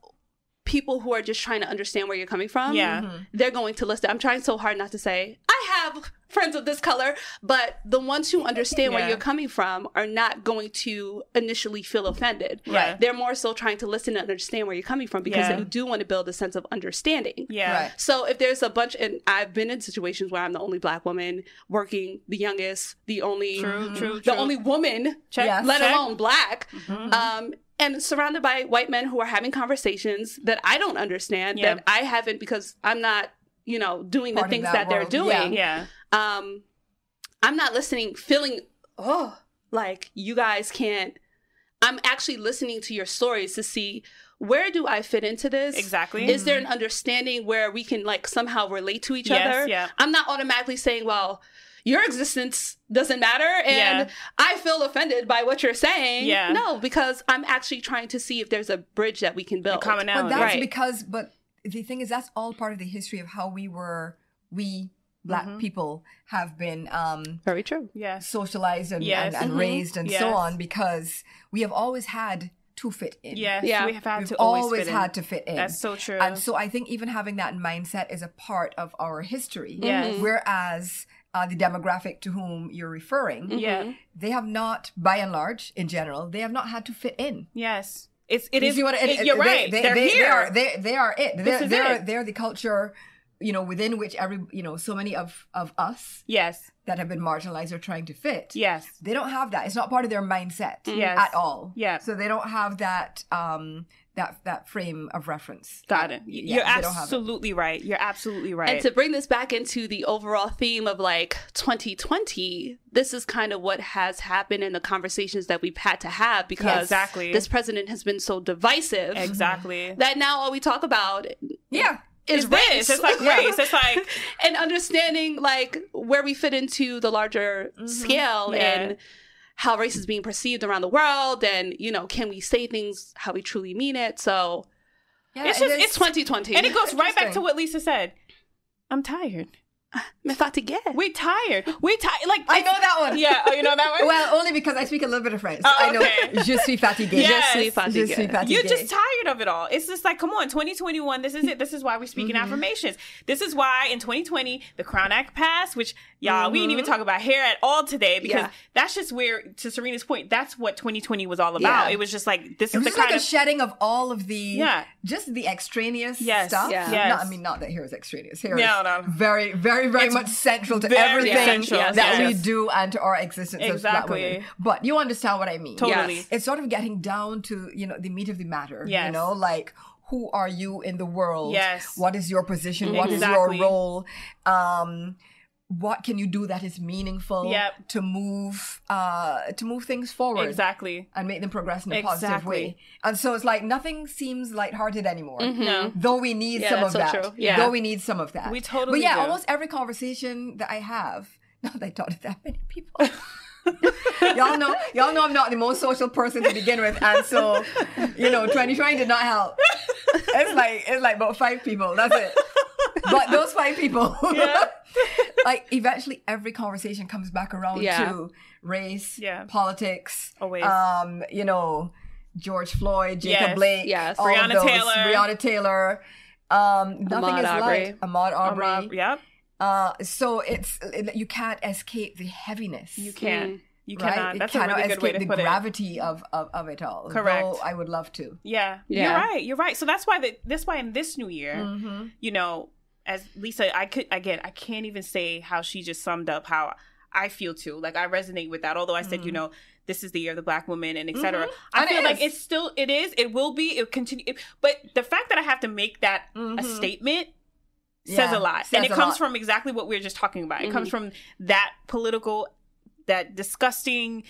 S2: people who are just trying to understand where you're coming from,
S4: Yeah.
S2: they're going to list it. I'm trying so hard not to say I have friends of this color, but the ones who understand where
S4: Yeah.
S2: you're coming from are not going to initially feel offended.
S4: Right.
S2: They're more so trying to listen and understand where you're coming from because
S4: Yeah.
S2: you do want to build a sense of understanding.
S4: yeah.
S3: Right.
S2: So if there's a bunch, and I've been in situations where I'm the only black woman working, the youngest, the only,
S4: True, true,
S2: Mm-hmm. the
S4: true.
S2: only woman,
S4: Check,
S3: Yes.
S2: let
S4: check. Mm-hmm.
S2: alone black, um, and surrounded by white men who are having conversations that I don't understand,
S4: Yeah.
S2: that I haven't because I'm not, you know, doing
S3: Part
S2: the
S3: of
S2: things
S3: that
S2: that, they're
S3: world.
S2: doing.
S4: Yeah.
S2: Um, I'm not listening, feeling, oh, like you guys can't. I'm actually listening to your stories to see where do I fit into this
S4: Exactly.
S2: is there an understanding where we can like somehow relate to each
S4: Yes,
S2: other
S4: yeah.
S2: i'm not automatically saying well your existence doesn't matter
S4: Yeah.
S2: and i feel offended by what you're saying
S4: Yeah.
S2: no because i'm actually trying to see if there's a bridge that we can build
S4: commonality.
S3: But that's
S2: Right.
S3: because but the thing is that's all part of the history of how we were we black
S4: Mm-hmm.
S3: people have been um
S2: very true
S4: Yes.
S3: socialized and,
S4: Yes.
S3: and, and
S4: Mhm.
S3: raised and so
S4: Yes.
S3: on because we have always had to fit in.
S4: Yes.
S2: Yeah.
S4: We have had
S3: We've
S4: to
S3: always,
S4: always, fit in.
S3: had to fit in.
S4: That's so true.
S3: And so I think even having that mindset is a part of our history.
S4: Yes. Mhm.
S3: Whereas uh, the demographic to whom you're referring,
S4: yeah.
S3: they have not, by and large, in general, they have not had to fit in.
S4: Yes. It's it
S3: You
S4: is-
S3: see what-
S4: it-
S3: it-
S4: you're
S3: they-
S4: right.
S3: They,
S4: They're
S3: they- they
S4: here.
S3: are. They, they are it. They're,
S4: is
S3: they're,
S4: it.
S3: they're the culture, you know, within which every, you know, so many of of us
S4: yes.
S3: that have been marginalized are trying to fit.
S4: Yes.
S3: They don't have that. It's not part of their mindset
S4: Mm-hmm. Yes.
S3: at all.
S4: Yeah.
S3: So they don't have that um that that frame of reference.
S4: Got it.
S3: Yeah,
S4: you're
S3: they don't have it.
S4: absolutely right. You're absolutely right.
S2: and to bring this back into the overall theme of like 2020 this is kind of what has happened in the conversations that we've had to have because
S4: exactly.
S2: this president has been so divisive
S4: exactly.
S2: that now all we talk about
S3: Yeah.
S2: is race.
S4: This. It's like race. It's like
S2: and understanding like where we fit into the larger scale
S4: Mm-hmm. Yeah.
S2: and how race is being perceived around the world and you know can we say things how we truly mean it so
S3: Yeah,
S4: It's
S3: and
S4: just-
S2: it's 2020
S4: and it goes right back to
S3: Interesting.
S4: what Lisa said. I'm tired.
S2: Me fatigué.
S4: We tired. We tired. Like
S3: I know that one.
S4: Yeah, oh, you know that one.
S3: Well, only because I speak a little bit of French.
S4: Oh,
S3: I know.
S4: okay.
S3: Je suis fatigué.
S4: Yes.
S2: Je suis fatigué.
S3: Je suis fatigué.
S4: You're just tired of it all. It's just like, come on, 2021. This is it. This is why we're speaking
S3: Mm-hmm.
S4: affirmations. This is why in 2020 the Crown Act passed, which y'all we didn't
S3: Mm-hmm.
S4: even talk about hair at all today because
S2: Yeah.
S4: that's just where, to Serena's point, that's what 2020 was all about.
S3: Yeah.
S4: It was just like this
S3: it was
S4: is the
S3: just
S4: kind
S3: like a
S4: of
S3: shedding of all of the
S4: Yeah.
S3: just the extraneous
S4: Yes,
S3: stuff.
S2: yeah.
S3: No,
S4: yes.
S3: I mean not that here is extraneous. Here
S4: No,
S3: is
S4: no, no.
S3: very, very, very
S4: It's
S3: much central to
S4: very
S3: everything
S4: central,
S3: that
S4: yes,
S3: we
S4: yes.
S3: do and to our existence as black
S4: Exactly.
S3: women. But you understand what I mean.
S4: totally.
S2: Yes.
S3: It's sort of getting down to, you know, the meat of the matter. You
S4: Yes.
S3: know, like who are you in the world?
S4: Yes.
S3: What is your position? What is
S4: Exactly.
S3: your role? Um what can you do that is meaningful
S4: Yep.
S3: to move uh to move things forward?
S4: Exactly.
S3: and make them progress in a positive way.
S4: Exactly. Mm-hmm.
S3: And so it's like nothing seems lighthearted anymore.
S4: No.
S3: Though we need
S2: Yeah,
S3: some of
S2: that's so
S3: that.
S2: true. Yeah.
S3: Though we need some of that.
S4: We totally
S3: But yeah,
S4: do.
S3: almost every conversation that I have, not that I talk to that many people. y'all know y'all know I'm not the most social person to begin with. And so, you know, 2020 did not help. It's like it's like about five people. That's it. But those five people.
S4: Yeah.
S3: like eventually every conversation comes back around
S2: Yeah.
S3: to race,
S4: Yeah.
S3: politics,
S4: Always.
S3: um, you know, George Floyd, Jacob
S4: Yes,
S3: Blake,
S2: yes.
S3: all of
S4: Breonna
S3: those.
S4: Taylor.
S3: Breonna Taylor. Um, nothing
S2: Ahmaud
S3: is light.
S2: Arbery.
S3: Ahmaud Aubrey.
S4: Rob, yep.
S3: Uh, so it's it- you can't escape the heaviness.
S4: You can't. You
S3: Mm-hmm. right?
S4: cannot.
S3: It
S4: That's a
S3: cannot
S4: really
S3: escape
S4: good way to
S3: the
S4: put it.
S3: gravity Of, of of it all.
S4: Correct.
S3: Though I would love to.
S4: Yeah,
S2: Yeah.
S4: you're right. You're right. So that's why the, that's why in this new year,
S3: Mm-hmm.
S4: you know, as Lisa, I could again, I can't even say how she just summed up how I feel too. Like I resonate with that. Although I said, you know, this is the year of the black woman and etc. I
S3: And it
S4: feel like
S3: is.
S4: it's still it is. It will be. It continue. It, but the fact that I have to make that a
S3: Mhm.
S4: statement. Says
S3: Yeah,
S4: a lot,
S3: says
S4: and it
S3: a
S4: comes
S3: lot. Mm-hmm.
S4: from exactly what we were just talking about. It comes from that political, that disgusting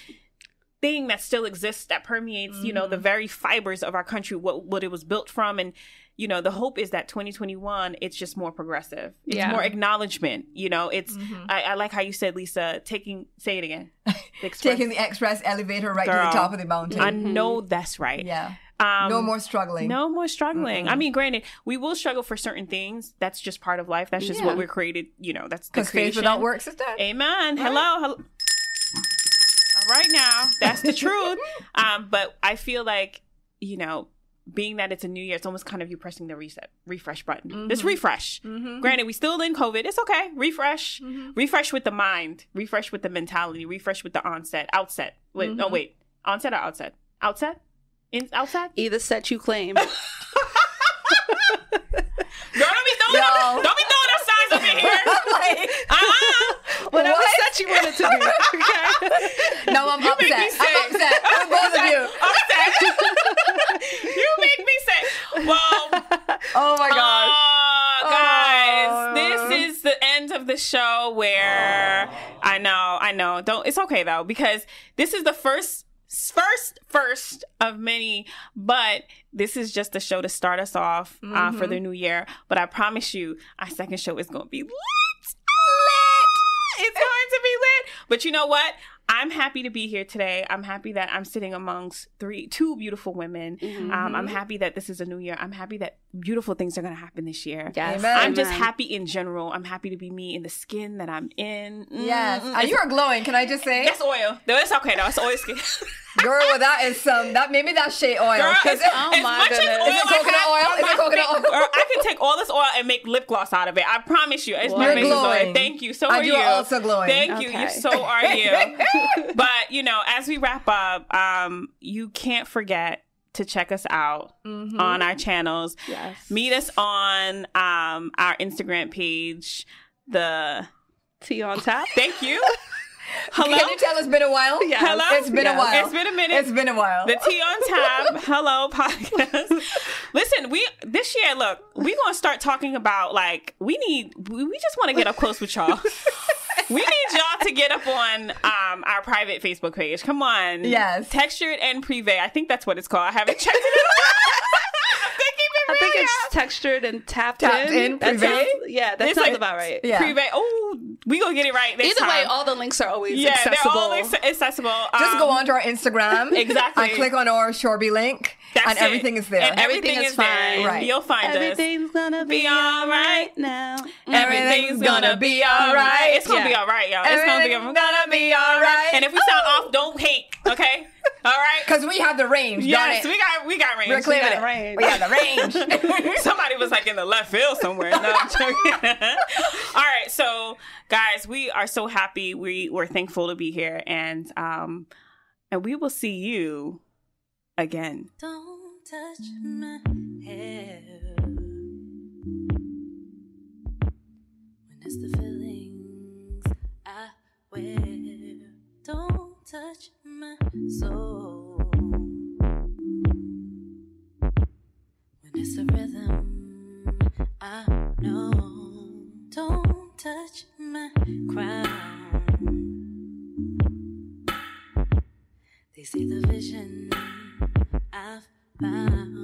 S4: thing that still exists that permeates you know the
S3: Mm-hmm.
S4: very fibers of our country what what it was built from and you know the hope is that 2021 it's just more progressive it's
S2: Yeah.
S4: more acknowledgement you know it's I, I like how you said lisa taking say it again The express-
S3: Mm-hmm. Taking the express elevator right to
S4: Girl.
S3: the top of the mountain.
S4: i know that's right
S3: yeah.
S4: um
S3: No more struggling.
S4: no more struggling i mean granted we will struggle for certain things that's just part of life that's just
S2: Yeah.
S4: what we're created you know that's the
S3: Because faith
S4: creation
S3: without works is dead.
S4: Amen. Hello. Hello. All right now. That's the truth. um, but I feel like, you know, being that it's a new year, it's almost kind of you pressing the reset refresh button.
S3: Mm-hmm.
S4: Just refresh. Granted, we still in COVID. It's okay. Refresh.
S3: Mm-hmm.
S4: Refresh with the mind. Refresh with the mentality. Refresh with the onset. Outset. Wait, no,
S3: Mm-hmm.
S4: wait. Onset or outset? Outset? In outset?
S2: Either set you claim.
S4: Girl, don't be throwing
S3: Yo.
S4: up, don't be throwing up signs over here.
S3: like,
S4: Uh-uh.
S2: Whatever
S3: What?
S2: set you wanted to be. Okay.
S3: no, I'm upset.
S4: me
S3: I'm
S4: sick.
S3: upset. I'm both of you.
S4: Upset. you make me say, well,
S3: Oh
S4: Um,
S3: my god.
S4: Oh, guys,
S3: Oh.
S4: this is the end of the show where I know, I know. Don't it's okay though because this is the first first first of many, but this is just the show to start us off uh, for the new year, but I promise you our second show is going to be lit. Lit. It's going to be lit. But you know what? I'm happy to be here today. I'm happy that I'm sitting amongst three, two beautiful women. Um, I'm happy that this is a new year. I'm happy that beautiful things are going to happen this year.
S2: Yes.
S3: Amen.
S4: I'm just
S2: Amen.
S4: happy in general. I'm happy to be me in the skin that I'm in. Mm,
S3: Yes.
S4: mm,
S3: And you are glowing, can I just say?
S4: That's oil. No, it's okay though. It's oil skin.
S3: Girl, well, that is some that maybe that's shea oil.
S4: Girl,
S3: 'Cause
S4: as,
S3: it-
S2: oh
S4: as
S2: my
S4: much
S2: goodness.
S4: as oil
S2: Is
S3: it coconut
S4: I have
S3: oil?
S4: on
S3: Is it
S4: my
S3: coconut
S4: face-
S3: oil?
S4: Girl, I can take all this oil and make lip gloss out of it. I promise you. It's
S2: You're
S4: my face is oil.
S3: glowing.
S4: Thank you. So
S3: And
S4: are
S3: you
S4: you.
S3: are also glowing.
S4: Thank you.
S2: Okay.
S4: You so are you. but you know, as we wrap up, um, you can't forget to check us out
S3: Mm-hmm.
S4: on our channels.
S2: Yes.
S4: Meet us on um our Instagram page. The
S2: Tea on top.
S4: thank you. Hello.
S3: Can you tell it's been a while?
S2: Yes.
S4: Hello.
S3: It's been a
S2: Yes.
S3: while.
S4: It's been a minute.
S3: It's been a while.
S4: The tea on tap. Hello podcast. Listen, we this year, look, we gonna start talking about like we need. We, we just want to get up close with y'all. We need y'all to get up on um, our private Facebook page. Come on,
S3: Yes.
S4: textured and privé. I think that's what it's called. I haven't checked it.
S2: I think it's textured and tapped,
S3: Tapped in,
S2: That
S3: privé?
S2: sounds, yeah, that
S4: It's
S2: sounds
S4: like-
S2: about right.
S3: yeah.
S4: Privé. Oh, we gonna get it right next
S2: Either way,
S4: time.
S2: all the links are always
S4: yeah,
S2: accessible.
S4: they're all acce- accessible.
S3: Just
S4: Um,
S3: go onto our Instagram.
S4: Exactly.
S3: And click on our Shorby link.
S4: That's
S3: and
S4: it.
S3: everything is there.
S4: And everything,
S2: Everything
S4: is,
S2: is
S4: fine.
S2: fine.
S3: Right.
S4: You'll find us.
S2: Everything's gonna be
S4: Be all right.
S2: now.
S4: Everything's gonna be all right. It's gonna be all right, y'all. It's gonna be,
S3: Everything's
S4: gonna be all right.
S3: right.
S4: And if we sound off, don't hate. Okay. All right.
S3: Because we have the range.
S4: Yes,
S3: got it.
S4: we got we got range.
S3: We're clear
S4: We
S3: with
S4: got
S3: it.
S4: range.
S3: We got the range.
S4: Somebody was like in the left field somewhere. No, I'm joking. All right, so guys, we are so happy. We we're thankful to be here, and um, and we will see you again.
S6: Don't touch my hair. When it's the feelings I wear. Don't touch my soul. When it's the rhythm I know. Don't touch my crown. They see the vision I've found.